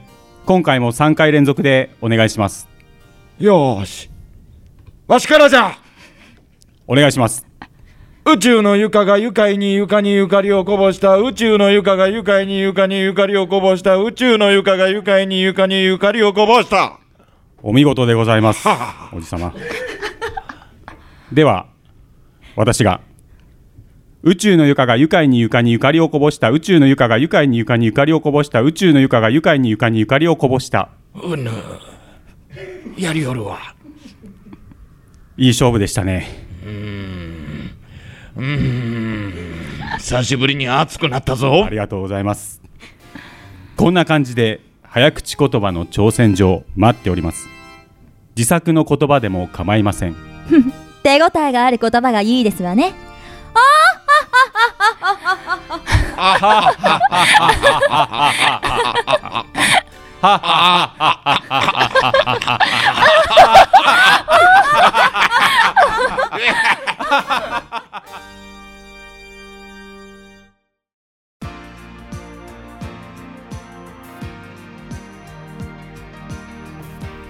今回も3回連続でお願いします
よーしわしからじゃ
お願いします
宇宙の床が愉快に床にゆかりをこぼした宇宙の床が愉快に床にゆかりをこぼした宇宙の床が愉快に床にゆかりをこぼした
お見事でございます。おじさま。では、私が。宇宙の床が愉快に床にゆかりをこぼした宇宙の床が愉快に床にゆかりをこぼした宇宙の床が愉快に床にゆかりをこぼした
うぬやりよるわ
いい勝負でしたね
う
久しぶりに熱くなったぞ
ありがとうございますこんな感じで早口言葉の挑戦状待っております自作の言葉でも構いません
手応えがある言葉がいいですわね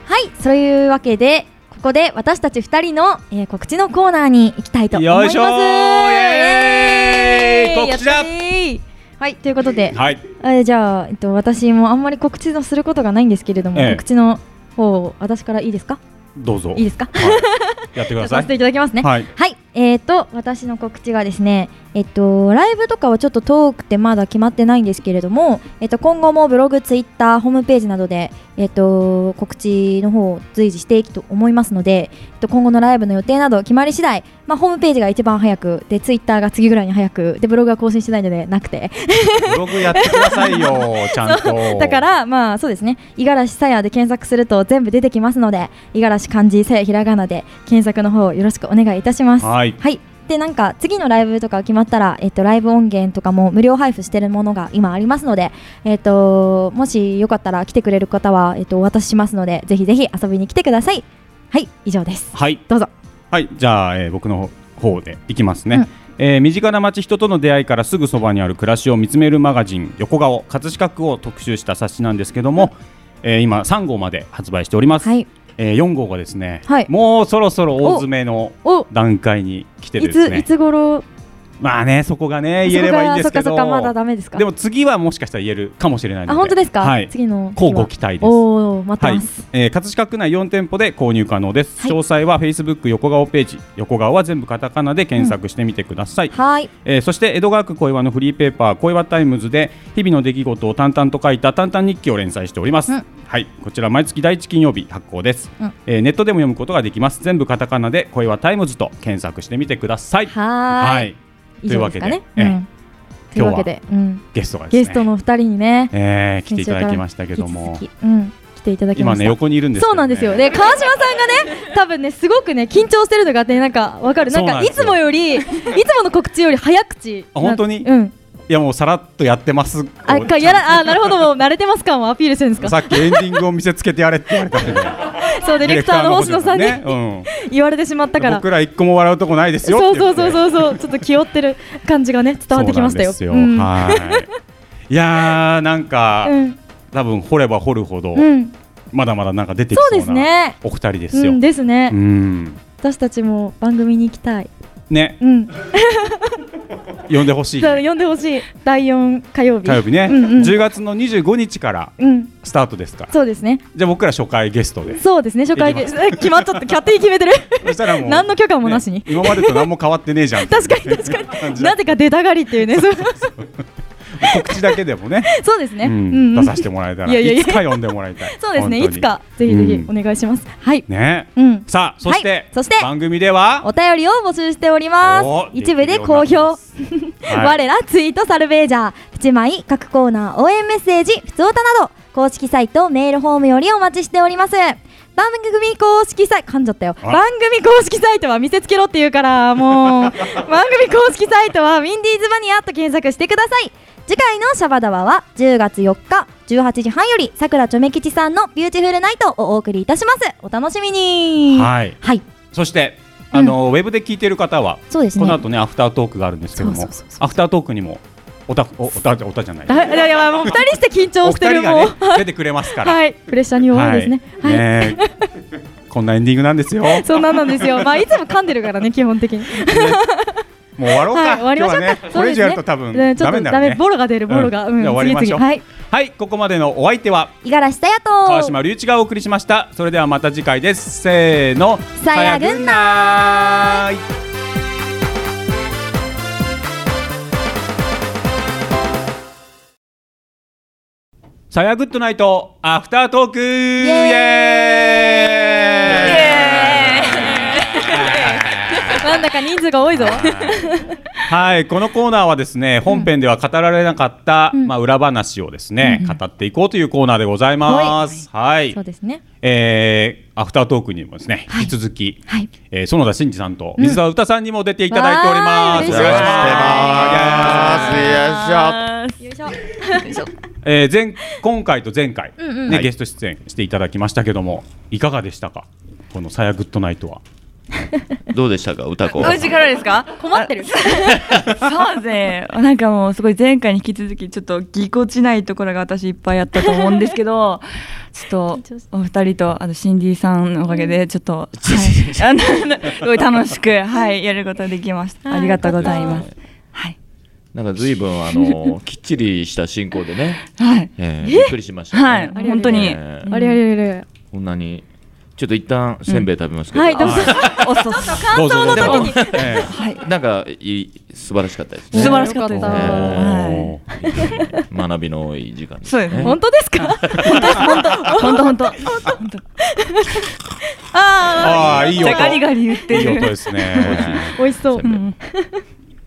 はいそういうわけでここで私たち二人の、えー告知のコーナーに行きたいと思います
よいしょーイエ
イエーイ
ーイ告知だ
やったーはいということで、
はい
えーじゃあ、えっと、私もあんまり告知のすることがないんですけれども、
ええ
告知の方を私からいいですか
どうぞ
いいですか
はいやってくださ
させて
い
いただきますね。
はい
はい、えー、と私の告知がですね、えっと、ライブとかはちょっと遠くてまだ決まってないんですけれども、えっと、今後もブログ、ツイッター、ホームページなどで、えっと、告知の方を随時していくと思いますので、えっと、今後のライブの予定など決まり次第、まあ、ホームページが一番早くでツイッターが次ぐらいに早くでブログが更新してないのでなくて
ブログやってください
[LAUGHS]
よちゃんと
だから、まあそうですね、五十嵐さやで検索すると全部出てきますので五十嵐漢字さやひらがなで検索の方よろしくお願いいたします。
はい
はい。でなんか次のライブとか決まったら、えっと、ライブ音源とかも無料配布してるものが今ありますので、えっと、もしよかったら来てくれる方は、えっと、お渡ししますのでぜひぜひ遊びに来てくださいはい以上です
はい
どうぞ
はいじゃあ、えー僕の方でいきますね、
うん
えー身近な街人との出会いからすぐそばにある暮らしを見つめるマガジン横顔葛飾区を特集した冊子なんですけども、えー今3号まで発売しております、
はい
えー4号がですね、
はい
もうそろそろ大詰めの
お
段階に来て
い
です
つい
ね
つ頃
まあねそこがね言えればいいんですけ
そこ
ど
がそっかそっかまだダメですか
でも次はもしかしたら言えるかもしれないの
あ
で
本当ですか、
はい
次の
乞うご期待です
おお待ってます、
えー葛飾区内4店舗で購入可能です、
はい
詳細は Facebook 横顔ページ横顔は全部カタカナで検索してみてください、
はい
えーそして江戸川区小岩のフリーペーパー小岩タイムズで日々の出来事を淡々と書いた淡々日記を連載しております、
うん
はいこちら毎月第1金曜日発行です、
うん
えーネットでも読むことができます全部カタカナで小岩タイムズと検索してみてください
はーい
はい
以上ですかね
というわけでええ
うんというわけで、うん、
ゲストがですね
ゲストの二人にね
えー来ていただきましたけど
引
も
き続き、うん、来ていただきま
今
した
ね横にいるんですけ
そ
ど
うなんですよ。で、川島さんがね、多分ね、すごくね、緊張してるのがあって、なんか、わかる。なん
そうな
か、
ん
い
ですよ
つもより、いつもの告知より早口な。
あ本当に
うん。
いやもうさらっとやってます
あ、か、やら、あ、なるほど、もう慣れてます感をアピールするんです
さ
か。
っきエンディングを見せつけてやれって言われたけど
そう、 [LAUGHS] ディレクターの星野さんに
ね、うん、
言われてしまったから。
僕ら一個も笑うとこないですよ
そうそう
ってい
そう
ね
そうそう、ちょっと気負ってる感じがね、伝わってきましたよ。
そうなんですよはいいやーなんか、
うん、
多分掘れば掘るほど、
うん、
まだまだなんか出てき
そうで
そ
す
うな
ね。
お二人です
う、
よ、うんん
ですね。私たちも番組に行きたい。
ね
うん、
呼んでほしい火
呼んでほしい。第四火曜日。
曜日ね、
うんうん
10月の25日から
うん、
スタートですから
そうですね。
じゃあ僕ら初回ゲストで
そうですね、初回で決まっちゃって、勝手に決めて
[LAUGHS]
る。
そしたらもう
何の許可もなしに
ね今までと何も変わってねえじゃん
確かに確かに。なぜか出たがりっていうね、そう
告知だけでもね
[LAUGHS] そうですね。
う
うんん
出させてもらえたら
いやいやいや
つか呼んでもらいた
[LAUGHS]
い
そうですね、い
本当に
つかぜひぜひ
う
お願いします。はい。
ね
うん。
さあそして,、
はいそして
番組では
お便りを募集しております
お。
一部で好評。
はい
[LAUGHS] 我らツイートサルベージャー、プチマイ、各コーナー、応援メッセージ、ふつおたなど、公式サイト、メールフォームよりお待ちしております。番組公式サイト、噛んじゃったよ。
あ
番組公式サイトは見せつけろって言うから、もう。番 [LAUGHS] 組公式サイトは、ウィンディーズマニアと検索してください。次回のシャバダワは10月4日18時半よりさくらちょめ吉さんのビューティフルナイトをお送りいたしますお楽しみに
はい [LAUGHS]
はい
そしてあの、ウェブで聞いてる方は
そうですね
この後ねアフタートークがあるんですけども
そうそうそうそう
アフタートークにもおたおおたおたじゃない
だいやいやもう二人して緊
お
張して
二
る
人が
もう
ね出てくれますから、
はいプレッシャーに弱いですね
は
はいい、
ねえこんなエンディングなんですよもう
そうなんなんですよ。まあいつも噛んでるからね基本的に。
終わろうか、
はい終わりましょうか
今日はねこれ以上やると多分
ねちょ
ダ
っ
メに
と
なる
ダ
ね
メボロが出るボロが。
う
うんん。
じゃあ終わりましょ
次
う
々はい。
はいここまでのお相手は
五十嵐さやと。
川島隆一がお送りしましたそれではまた次回ですせーの
さやぐん
なーいさやグッドナイトアフタートークイエーイ
なんだか人数が多いぞ。
はい、このコーナーはですね、本編では語られなかった、まあ裏話をですね、語っていこうというコーナーでございます。はい。
そうですね
えーアフタートークにもですね、引き続き、えー園田真二さんと水沢歌さんにも出ていただいております。
よろしくお願いします。よいしょ。
えー前今回と前回、ね
うんうん
ゲスト出演していただきましたけども、いかがでしたか、この「さやグッドナイトは」
どうでしたか歌子
どういう力ですか
困ってる
そうぜなんかもうすごい前回に引き続きちょっとぎこちないところが私いっぱいあったと思うんですけ [LAUGHS] どちょっとお二人とあのシンディさんのおかげでちょっと、はい、あのすごい楽し [LAUGHS] く、はい、やることができましたありがとうございます。はい、
なんか随分あのきっちりした進行でね、
はい
えーびっくりしましたね。
はい、
れ
本当に、
え
あれあれあれ
ーこんなにちょっと一旦せんべい食べますけど、
はいどうぞ
おそうそう
どうぞどうぞ
の時に
え
はい、
なんかいい素晴らしかったです
素
ね。
晴らしかったです。
よかった
は
おー
いい [LAUGHS] 学びの多い時間で
い、
す
そう
ね。
です、ね。
本当ですか
本当本当本当。
あ
ああいい
じゃ
音
あガリガリ言って
いい音
る。
で
[LAUGHS]
すね
あ美味しそう
せんべい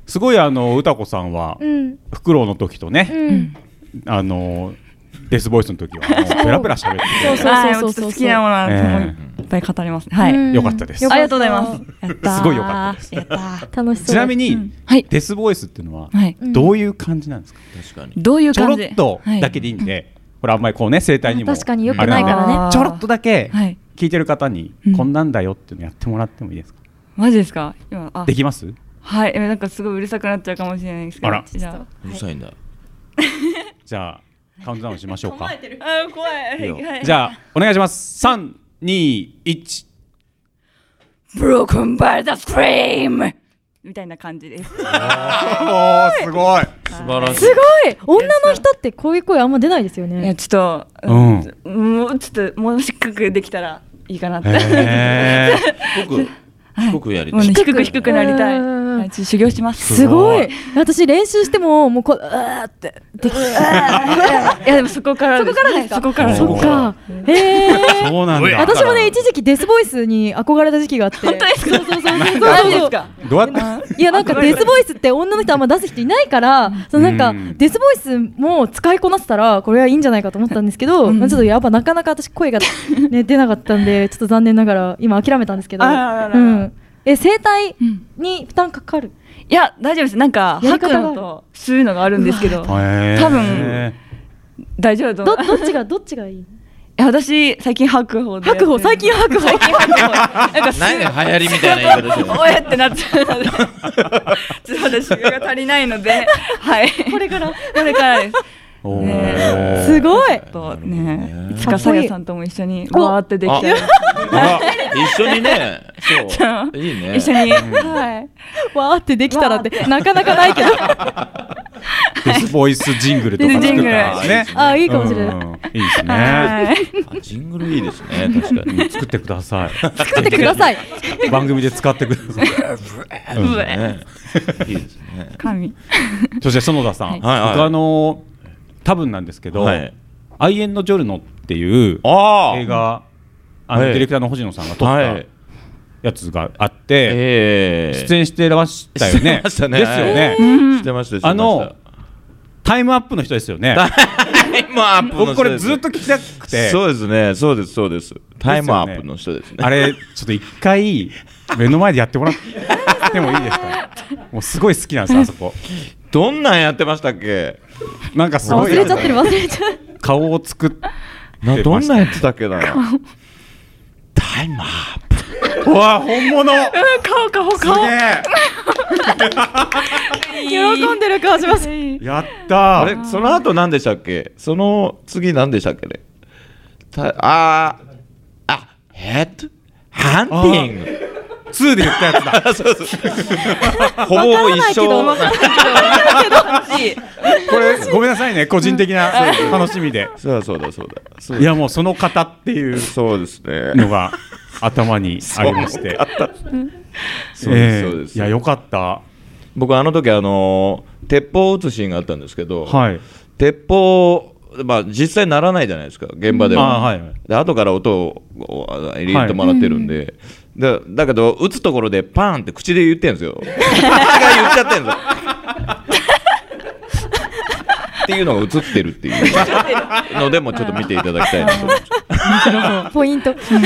すごいあの歌子さんは、
うん
フクロウの時と
う
ね、
ん
あのデスボイスの時はもうペラペラ喋って
そうそう
はい、
そう
ち
そ
ょっと
う
好きなものはもういっぱい語りますね。は
う
い。
ん
よかったです
よか
あり
っ
がとうございますす。やったー
すごい良かったです
やったー
楽しそう
ちなみに、
うんはい
デスボイスっていうのは、
はい。
どういう感じなんですか
確かに。
どういう
ちょろ
感
っ
じ
とだけでいいんで、これあんまりこうね声帯にも
確かに良
よ
くないからね
あー
ちょろっとだけ
はい。
聞いてる方に、
うん
こんなんだよっていうのやってもらってもいいですか、
マジですか今、あ
で、きます
はい。えなんかすごいうるさくなっちゃうかもしれないですけど。
あら
じゃ
うるさいんだ。
じゃあカウントダウンしましょうか
あ、あ怖い。
いいよ
じゃあお願いします三二一
Broken by the scream! みたいな感じです。
おおすごい
素晴らしい
す。ごい女の人ってこういう声あんま出ないですよ
いや、
ね
ちょっと、
うん
もうちょっと、もう低くできたらいいかなって。
へ
[LAUGHS] すごく低くやり
もう
た
ね
い。
低く低くなりたい。
うんうんうん
はいちょ修行します。
すごい私練習してももうこううわーってでき
[LAUGHS] いやでもそこからそこからですか。そこから
そ
そっかへえ
ーそうなんだ
私もね一時期デスボイスに憧れた時期があって本当ですかそうそうそうそうそう
ですか。
どうやって
いやなんかデスボイスって女の人あんま出す人いないからそのなんか
うん
デスボイスも使いこなせたらこれはいいんじゃないかと思ったんですけど、まあちょっとやっぱなかなか私声が、
[LAUGHS]
ね、出なかったんでちょっと残念ながら今諦めたんですけど
あららら
う
ら
ん、え声帯
うん
に負担かかる
いや大丈夫です。なんか
やり
吐
方
く
が
のと吸うのがあるんですけど、
多
多分大丈夫だと
ど
思う。
どっちがどっちがいい
いや私最近吐く方で。
白鵬最近白鵬
何が流行りみたいな言い方ですよね
[LAUGHS] おやってなっちゃうので、ちょっと私修行が足りない
[LAUGHS]
ので、はい。これからこれからです。
おー
ね
[LAUGHS] すごい
ちょっとね、いつ
かっ
か
こ
さ
いい
やさんとも一緒にわーってできたら
あ一緒にね、そう、いいね。
一緒に、はい。
わーってできたらってなかなかないけど
デスボイスジングルとか作
デスジン
っ
グル
たらね
あいいかもしれない、
うんいいですね
はい。
あジングルいいですね、確かに。
うん作ってくださ
作ってください
い番組で使ってください
うんねいいですね。
神。
そして園田さん、
いはいはい
僕あの多分なんですけど、
はい
「アイエンド・ジョルノ」っていう
あ
映画あの、
はい
ディレクターの星野さんが撮っ
は
た
い
やつがあって、
ええ
出演してらしたよね
してましたね
ですよね、
してましたしてました
あのタイムアップの人ですよね
タイムアップの人です
僕これずっと聞きたくて
そうですねそうですそうですタイムアップの人ですね
あれちょっと一回目の前でやってもらってもいいですかもうすごい好きなんですあそこ
どんなんやってましたっけ
なんかす
忘
ごい
れちゃってる忘れちゃう
顔を作って
などんなんやってたっけなタイムアッ
うわ本物
顔顔
すげ
顔。
え
喜んでる顔します
やった
プあれその後何でしたっけその次何でしたっけねたあーあヘッドハンティング
2で言ったやつだ
あ [LAUGHS] そうそうほぼ一
[LAUGHS]
緒
[LAUGHS]
これごめんなさいね個人的な楽しみで
そうだそうだそうだそう
い
だ
やもうその方っていう
そうですね
のが頭にありまして
そうですそうです
いやよかった
僕あの時あのー鉄砲を撃つシーンがあったんですけど、
はい
鉄砲まあ実際ならないじゃないですか現場では
あはいはい
で後から音をこうあ入れてもらってる
[LAUGHS]
んで、だだけど撃つところでパーンって口で言ってんですよ口が言っちゃってんですよっていうのが映ってるっていうのでもちょっと見ていただきたいなと思って
ポイント
言っ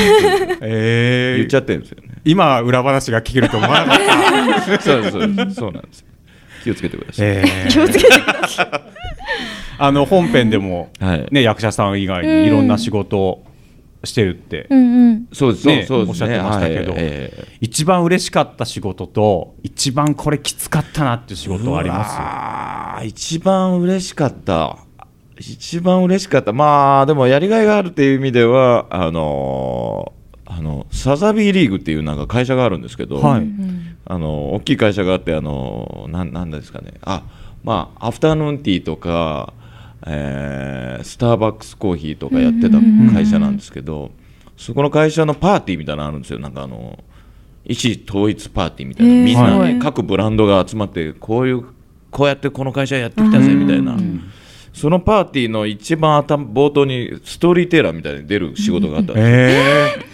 え
ち
ー
ゃってるんですよね。
今裏話が聞けると思わなかった。
そうですそうですそうなんですよ。気をつけてください。
え
[LAUGHS]
ー
気をつけてください
あの本編でも、
はい
ね、役者さん以外
うん
にいろんな仕事をしてるって、
うんうん
そうです
ね
そう
お
で
っしゃっ
すね。
てましたけど、
はいえ
一番嬉しかった仕事と一番これきつかったなっていう仕
ー
事はありま
あー一番嬉しかった。一番嬉しかった。まあでもやりがいがあるっていう意味ではあのーあのサザビーリーグっていうなんか会社があるんですけど、
す。はい、
あの大きい会社があってあのなんなんですかねあまあアフタヌーンティーとか、えースターバックスコーヒーとかやってた会社なんですけどそこの会社のパーティーみたいなのあるんですよなんかあの一統一パーティーみたいな、みんな
は
で各ブランドが集まってこういうこうやってこの会社やってきたぜみたいな。そのパーティーの一番頭冒頭にストーリーテラーみたいに出る仕事があったんですよ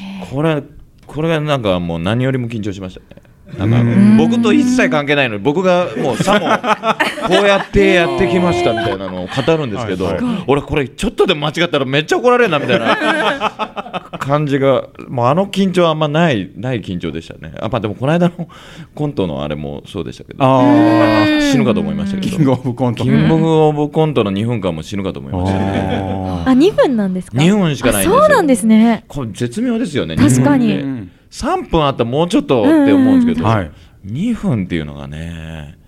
え
これこれがなんかもう何よりも緊張しましたねなんかあの僕と一切関係ないのに僕がもうさもこうやってやってきましたみたいなのを語るんですけど、
はいは
俺これちょっとでも間違ったらめっちゃ怒られるなみたいな感じがもうあの緊張はあんまないない緊張でしたねあまあでもこの間のコントのあれもそうでしたけ
ー、
ど
ああ
死ぬかと思いましたけ
キ
ど
ングオブコント
キングオブコントの2分間も死ぬかと思いましたね
あ
あ2分なんですか
2分しかないんですよ
あそうなんですね
これ絶妙ですよね
確かに
日
ーう
本って
ん
3分あったらもうちょっとって思うんですけど、
はい
2分っていうのがね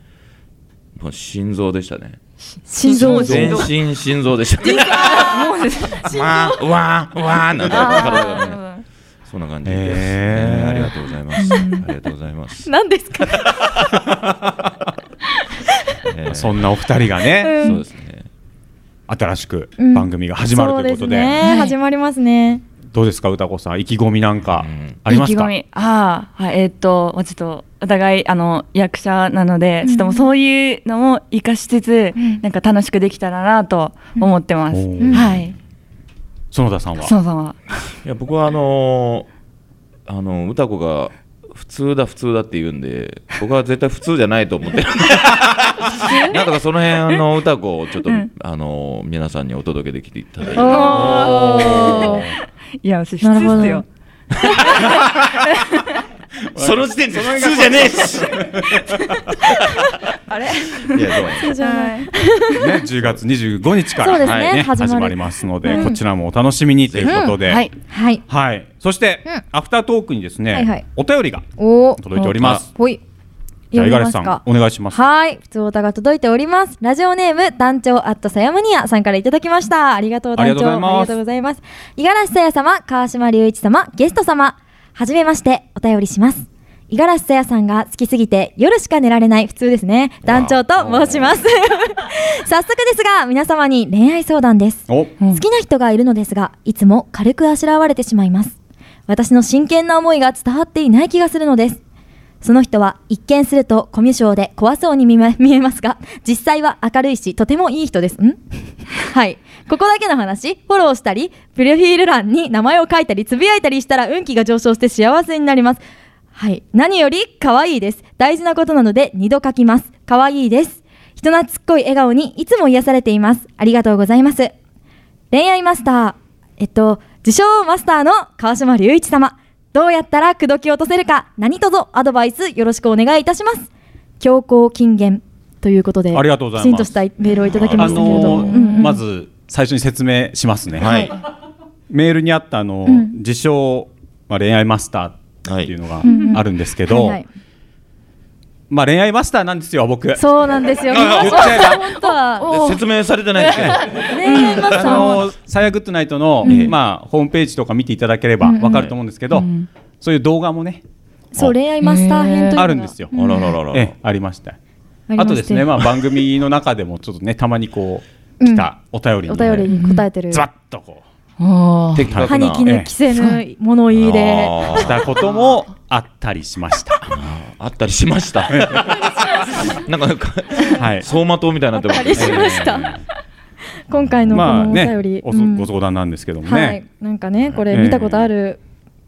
もう心臓でしたね
心臓
全身心臓でした [LAUGHS] わーわーわーなんて [LAUGHS] 体がね
あ
そんな感じです、
へー
ねありがとうございますありがとうございます、
何ですか
えー
そんなお二人がね、
そうですね
新しく
うん
番組が始まるというこ
そ
とで,、
うですね始まりますね
どうですか歌子さん意気込みなんか
うん
ありますか、
意気込みああ、はい、えーっと、まあ、ちょっと、お互い、あの、役者なので、ちょっともうそういうのも活かしつつ、なんか楽しくできたらなと思ってます。
おー
はい。
園田さんは
そうさんは。
いや僕はあのーあの歌子が普通だ普通だって言うんで僕は絶対普通じゃないと思ってるなんとかその辺の歌子をちょっと、
うん
あのー皆さんにお届けできていただいて
おー
いや、私、普通ですよ。
その時点で普通じゃねえし [LAUGHS]
あれ
いやごめん
じゃない
い。
ね、10月25日か
そ
ら
うですね
はい
始
始
ま
ま
る
りますので、こちらもお楽しみにということで、
はい。
はい
はいそして、アフタートークにですね、
はいはい
お便りが
おお
届いております
ほい
じゃあ五
読み
十嵐
ます
さん
か
お願いします
はい普通オタが届いておりますラジオネーム団長アットさやむにやさんからいただきましたありがとう団長
ありがとう
ございます五十嵐さや様川島隆一様ゲスト様はじめましてお便りします五十嵐さやさんが好きすぎて夜しか寝られない普通ですね [LAUGHS] 団長と申します早速ですが皆様に恋愛相談です
お
好きな人がいるのですがいつも軽くあしらわれてしまいます私の真剣な思いが伝わっていない気がするのですその人は一見するとコミュ障で怖そうに見,、ま、見えますが実際は明るいしとてもいい人ですんはいここだけの話フォローしたりプロフィール欄に名前を書いたりつぶやいたりしたら運気が上昇して幸せになりますはい何より可愛いです大事なことなので二度書きます可愛いです人懐っこい笑顔にいつも癒されていますありがとうございます恋愛マスター、えっと、自称マスターの川島隆一様、どうやったら口説き落とせるか、何卒アドバイスよろしくお願いいたします。強行禁言ということで、
ありがとうござい
きちん
ます
としたメールをいただきま
あ
したけれども、
のー
うんうん
まず最初に説明しますね、
はい
メールにあったあの、
ん
自称、まあ、恋愛マスターっていうのがあるんですけど、
はいはい
まあ、恋愛マスターなんですよ僕
そうなんですよ。
あ言っちゃえば
本当は
で説明されてないですけど
恋愛マス
あ
ター。
の「さやグッドナイトの」まあ、ホームページとか見ていただければわかると思うんですけど、そういう動画もね、
そう恋愛マスター編というのが
あるんですよ。
あらららら、
ええありました。
りまして
あとですね、まあ、番組の中でもちょっとねたまにこう来たお便り
お
にね、
便りに答えてる。
ズバッとこ
おー
的確
歯に
な
衣着せぬ物言いで。
うしたこともあったりしま
[LAUGHS]
した。
あったりしましたなんかなん [LAUGHS] か
はい。
走馬灯みたいになって
ありしました。今回のこ
まあ
のお便
ね
り、、
お
う
そ
ん
ご相談なんですけども
はい
ね。、
なんかね、これ
ええ
見たことある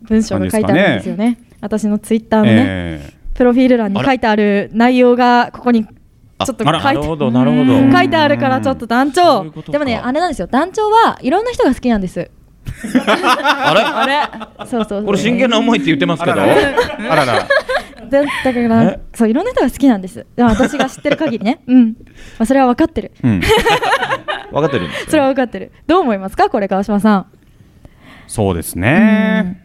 文章が書いてあるんですよね。私のツイッターのね、
ええ
プロフィール欄に書いてある内容がここにちょっと書
あらなる
い
ほどなるほど
て書いてあるからちょっと団
そうい
長
うことか
でもねあれなんですよ団長はいろんな人が好きなんです
あ
あれ
そうそうそう
れ俺真剣な思いって言ってますけど
あらあらら
だだから
え
そういろんな人が好きなん
[LAUGHS]
ですでも私が知ってる限りねうん、まあ、それは分かってる
うん
分かってるんですね
それは分かってるどう思いますかこれ川島さん
そうですね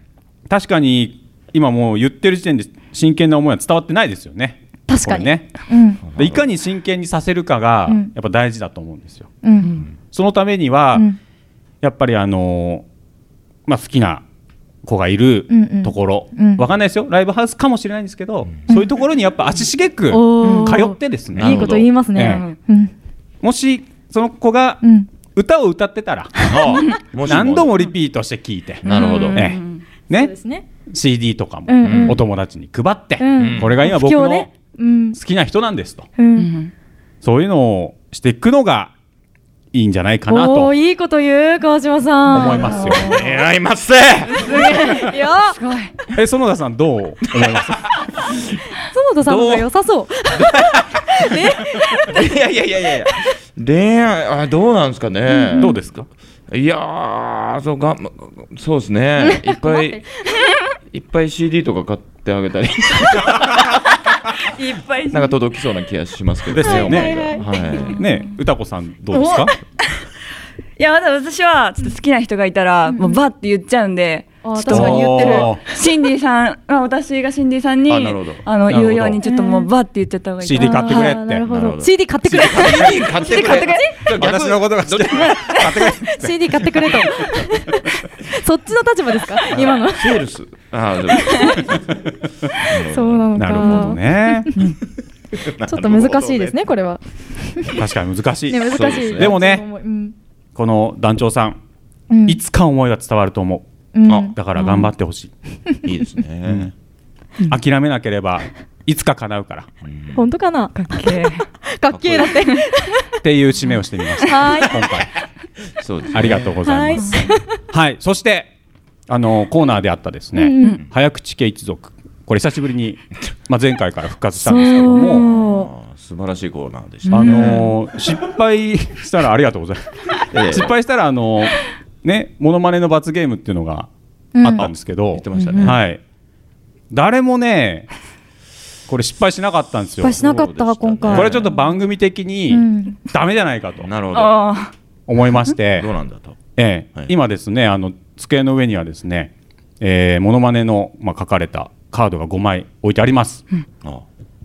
確かに今もう言ってる時点で真剣な思いは伝わってないですよね
確かに
これね
うん
でいかに真剣にさせるかが
うん
やっぱ大事だと思うんですよ
うん
そのために
う
は
ん
やっぱりあのまあ好きな子がいる
うんうん
ところ
うん
わかんないですよライブハウスかもしれないんですけどそういうところにやっぱ足しげく
お
通
ー
ってです
い
な
うい
ん
ね
こと言いますねうん
もしその子が
うん
歌を歌ってたら
ああもし
何度もリピートして聴いて
なるほど、
うん
え
そう
ね
ですね
CD とかも
うんうん
お友達に配って
うん
これが今
不
僕
況
の
ねうん
好きな人なんですと
う
うんん
そういうのをしていくのがいいんじゃないかな
お
と
ーいいこと言う川島さん
思いますよ。
えらいます
いや
すごい
[LAUGHS] え園田さんどう思います
園田さんの方が良さそう
いやいやいやいや恋愛あどうなんですかね、
どうですか
いやーそうがんそうですねいっぱいいっぱい CD とか買ってあげたり
いっぱい
なんか届きそうな気がしますけど
ですよね
はいはいはい
ねえ歌子さんどうですか
いやまだ私はちょっと好きな人がいたら、もうバッて言っちゃうんで、
あー
ちょっと
確かに言ってる
おー
シンディさん、まあ、私がシンディさんに
あなるほど
あの
なるほど
言うようにちょっともうバッて言っちゃった方がいい
CD 買ってくれっ
あーな
て
るほ
なるほ
ど
ど
CD 買って
[LAUGHS]
くれ
CD 買ってくれ
私のことが好き買ってくれ
CD 買ってくれ
[LAUGHS]
とそっちの立場ですか今の
セールスあ
[LAUGHS]
ー
そうなのか
なるほどね
ちょっと難しいですねこれは
確かに難しい
ね難
そう
し
で
い
すね
でもね
うん
この団長さん
うん
いつか思いが伝わると思
うん
あ
うだから頑張ってほしい
いいですね
諦めなければいつか叶うから
本当かな
かっけー
かっけえだって
っていう締めをしてみました
はーい
今回
そうですね
ありがとうございます。はい、そしてあのコーナーであったですね、
うんう
早口家一族。これ久しぶりに、まあ、前回から復活したんですけども、
そ
あー素晴らしいコーナーでし
あ
た
のー失敗したらありがとうござい
やい
ま
や
す。失敗したらあのーねモノマネの罰ゲームっていうのがあったんですけど、
言ってましたね
はい。誰もね、これ失敗しなかったんです
う
よ
ぱ。しなかった今
そうでしたね
回
これちょっと番組的
う
に
ん
ダメじゃないかと
なるほど
あ
思いまして
どう、なんだと
ええ
はい
今ですねあの机の上にはですね、えー、モノマネの、まあ、書かれたカードが5枚置いてあります、
あ
ま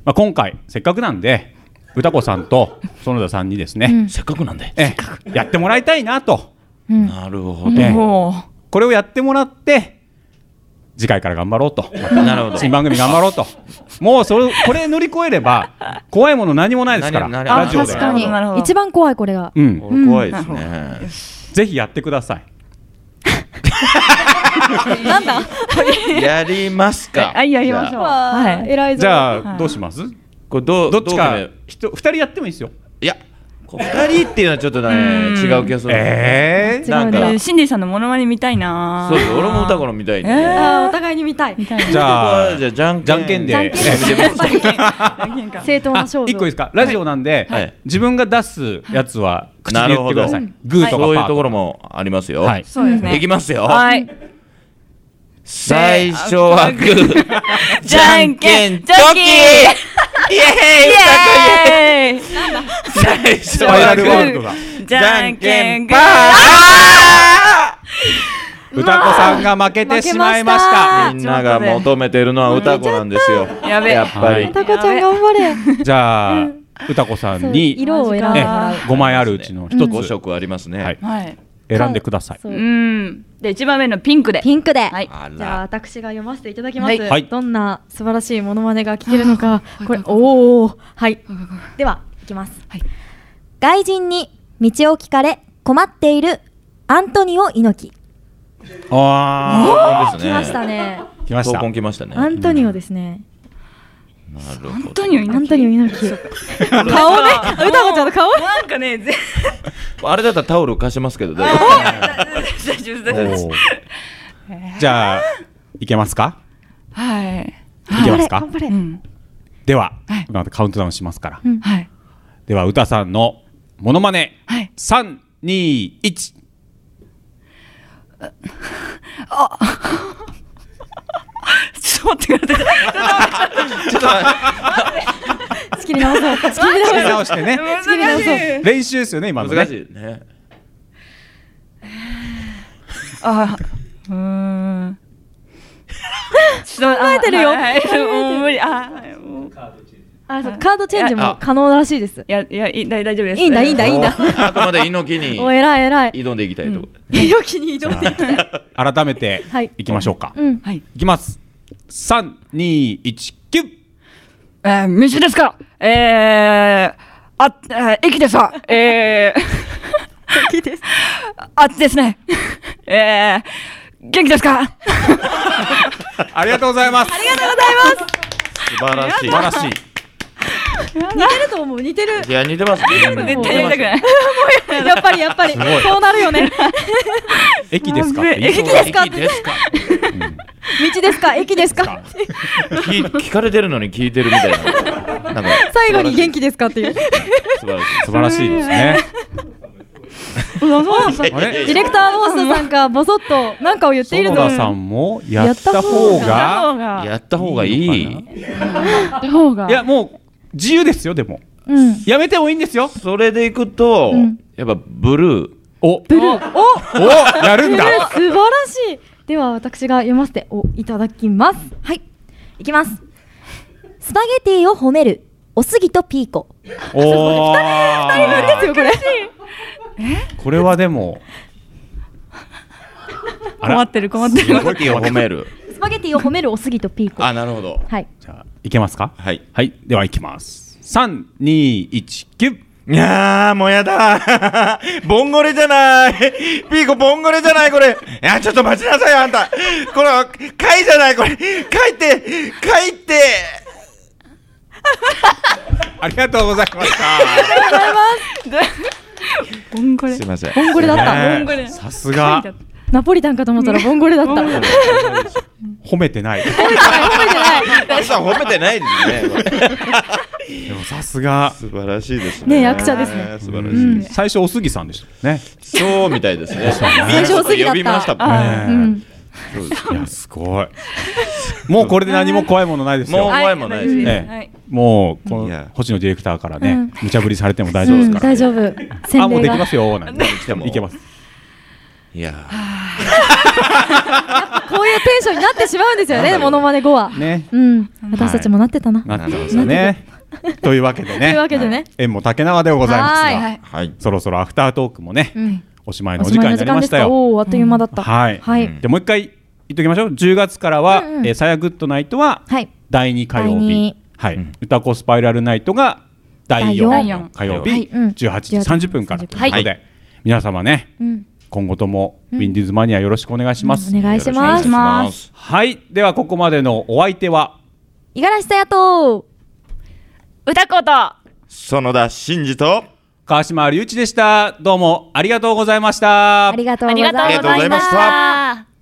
あ、今回せっかくなんで歌子さんと園田さんにですね、
せっかくなんで
ええやってもらいたいなと、
なるほど
ええ
あも
これをやってもらって次回から頑張ろうと
なるほど
新番組頑張ろうともうそれこれ乗り越えれば怖いもの何もないですから
何何
ラジオ
あ
で
確かになるほど
一番怖いこれが
うん、
これ怖いですね、
ぜひやってください
やります
う [LAUGHS]
か
あいいやりまし
じ
ょう
ゃあ
わ
は
あ
い
偉いぞ
じゃ
は
あ
い
どうします
これどう
どっち
う
か
決
人
め
2人やってもいいですよ
いやこう二人っていうのはちょっとね違う気がする
ええ
なん
違うね
か
でシンディさんのモノマネ見たいな
そうです俺も歌子のみたいに
え
ね
あーお互いに見たい
見たいな
じ
ここ
ゃあ
はじゃあじゃんけん
じゃんけんで
じゃんけんで
ええ
なんか
正当な
あ、
勝負
一個いいですか。ラジオなんで、
はい
自分が出すやつは口で
な
言
る
っ
ほ
てく
ど
ださい。グーとかパーとか。
そういうところもありますよ
はい。
そうですね
いきますよ
はい
最初はグー
[LAUGHS] じゃんけんチョキ
イエーイ
イエーイ
歌子イエーイ最初
スパイラ
は
ル
グ
ワール
ー
ドだ。
じゃんけん
パ
パ
歌子さんが負けてしまいました。
ーみんなが求めてるのは歌子なんですよ
やべ
やっぱり
タコちゃん頑張れ
じゃあ、歌子さんに
色を選んでも
え
らう
五枚あるうちの一
5
つ
色ありますね、
はい
はい
選んでください。
そう
うんで一番目のピンクで
ピンクで、
はい
あ
じゃあ
ら
私が読ませていただきます、
はい
どんな素晴らしいモノマネが聞けるのかこれおおはいではいきます、
はい
外人に道を聞かれ困っているアントニオ猪木
あ
あ
来ましたね
あ、来まし
闘
た。
魂来ましたね
アントニオですね、
なる
ア
ほ
ン
ど
トニオ
アントニオ猪木顔ね歌子ちゃんの顔
なんかね、ぜ
あれだったらタオル貸しますけど大
大丈夫です大丈夫です
おーじゃあ、いけますか。
はい。
いけますか。
頑張れ
うん。
では
はい、
またカウントダウンしますから。
はい。
では歌さんのモノマネ
はい
三二一
ちょっと待ってください。
[LAUGHS] 仕切り直そう。仕切り直そう。
直して
[LAUGHS]
ね
難しい。
練習ですよね今のね
難しいね。
あ、うーん。ちょっと考
えてる
[LAUGHS]
よ
はいはいもう無理。あ、はいもう
あそうカードチェンジも可能らしいです。
いやいやいい大大丈夫です。
いいんだいいんだいいんだ。
あくまで猪木に
お偉い偉い。
挑んでいきたいとこ。
良きに挑ん [LAUGHS] でいきたい。
改めて
はい
いきましょうか、
うん。
はい。
いきます三二一キュッ
えー、飯ですか。えー、あ、えー、駅ですわ。えー、駅です。あですね。えー、元気ですか。
ありがとうございます
素晴らしい
素。晴らしい
似てると思う似てる。
いや似てますね。
絶対やりたくない。
やっぱりやっぱりそうなるよ [LAUGHS] ね。
駅ですか
やべえ
駅
ですかですか
道ですか駅ですか。
聞聞かれてるのに聞いてるみたいな。なんか
最後に元気
で。
ですかっていう。デ
素晴らし
素晴らし
い。
いですねあれ
ィレクターボスさんがボソッと何かを言っている
園
の。
田さんもやった方が
が。
やった方がいい。
った方が
いやもう自由ですよでも
うん。
やめてもいいんですよ
それでいくと、やっぱブルー。
お
ブルー。お。
おやるん
え [LAUGHS]
だ
ー素晴らしいでは私が読ませておいただきます
はい、いきます。スパゲティを褒める、おすぎとピーコ。
お
ですよこれ
これはでもあ
困
ら
ってる困ってる。
スパゲティを褒
[LAUGHS]
める。
スパゲティを褒める、おすぎとピーコ。
あ、なるほど。
はい、
じゃあいけますか
はい。
はいではいきます三二一キュッ
いやー、もうやだ。 [LAUGHS] ボンゴレじゃない。ピーコ、ボンゴレじゃない、これ。いや、ちょっと待ちなさいよ、あんた。これ、貝じゃない、これ。貝って、貝って。
ありがとうございました
ボンゴレ
[LAUGHS] すい。ません。
ボンゴレ
[LAUGHS]
だった
ボンゴレ。
さすが
ナポリタンかと思ったらボンゴレだった褒めて
褒めてない
ない
皆さん褒めてないですね。
でもさすが
[LAUGHS] 素晴らしいです
ね役者ですね。
素晴らしいです。
最初おすぎさんでしたね
そうみたいですね。
最初すぎだ
呼びました
っ
も
た
んね。
あーうん
そうです
いやすごいもうこれで何も怖いものないです
も
よ
う怖いもんないですね。
ええもうこ
い
の
や
星野ディレクターから
う
ね
ん
無茶ぶりされても大
う
丈夫です
ん
から
大丈夫
あ
洗
も
礼
うできま
が
すよなんて
ても
いけます
いや
こういうテンションになってしまうんですよねモノマネ後は
ね
うん私たちもなってたな
なってますよねというわけで
という
ね
わけでね
縁も竹縄でございます
は
が
い
はい。
そろそろアフタートークもね
うん
おしまいの
お
お
し
時
ま
間
いの時
になり
間
ま
で
し
す
た
か
よ
おーあっという間だった
はい
はい
でもう一回言っときましょう10月からは
うんう
「
ん
えーさやグッドナイト」は
はい
第2火曜
第
日
二
は
う
い
ん
歌子スパイラルナイトが第
第
4
四
火曜
は
日
い
うん
18時30分からということ
は
で皆様ね
うん
今後ともウィンディーズマニアよろしくお願いします
お願いします
よろくお願いします。
はいではここまでのお相手は
五十嵐さやと。
歌子と。
園田真二と。
川島隆一でしたどうもありがとうございました
ありがとう
あ
ご
り
ざい
がとう
ま
ございまし。
ありがとうございました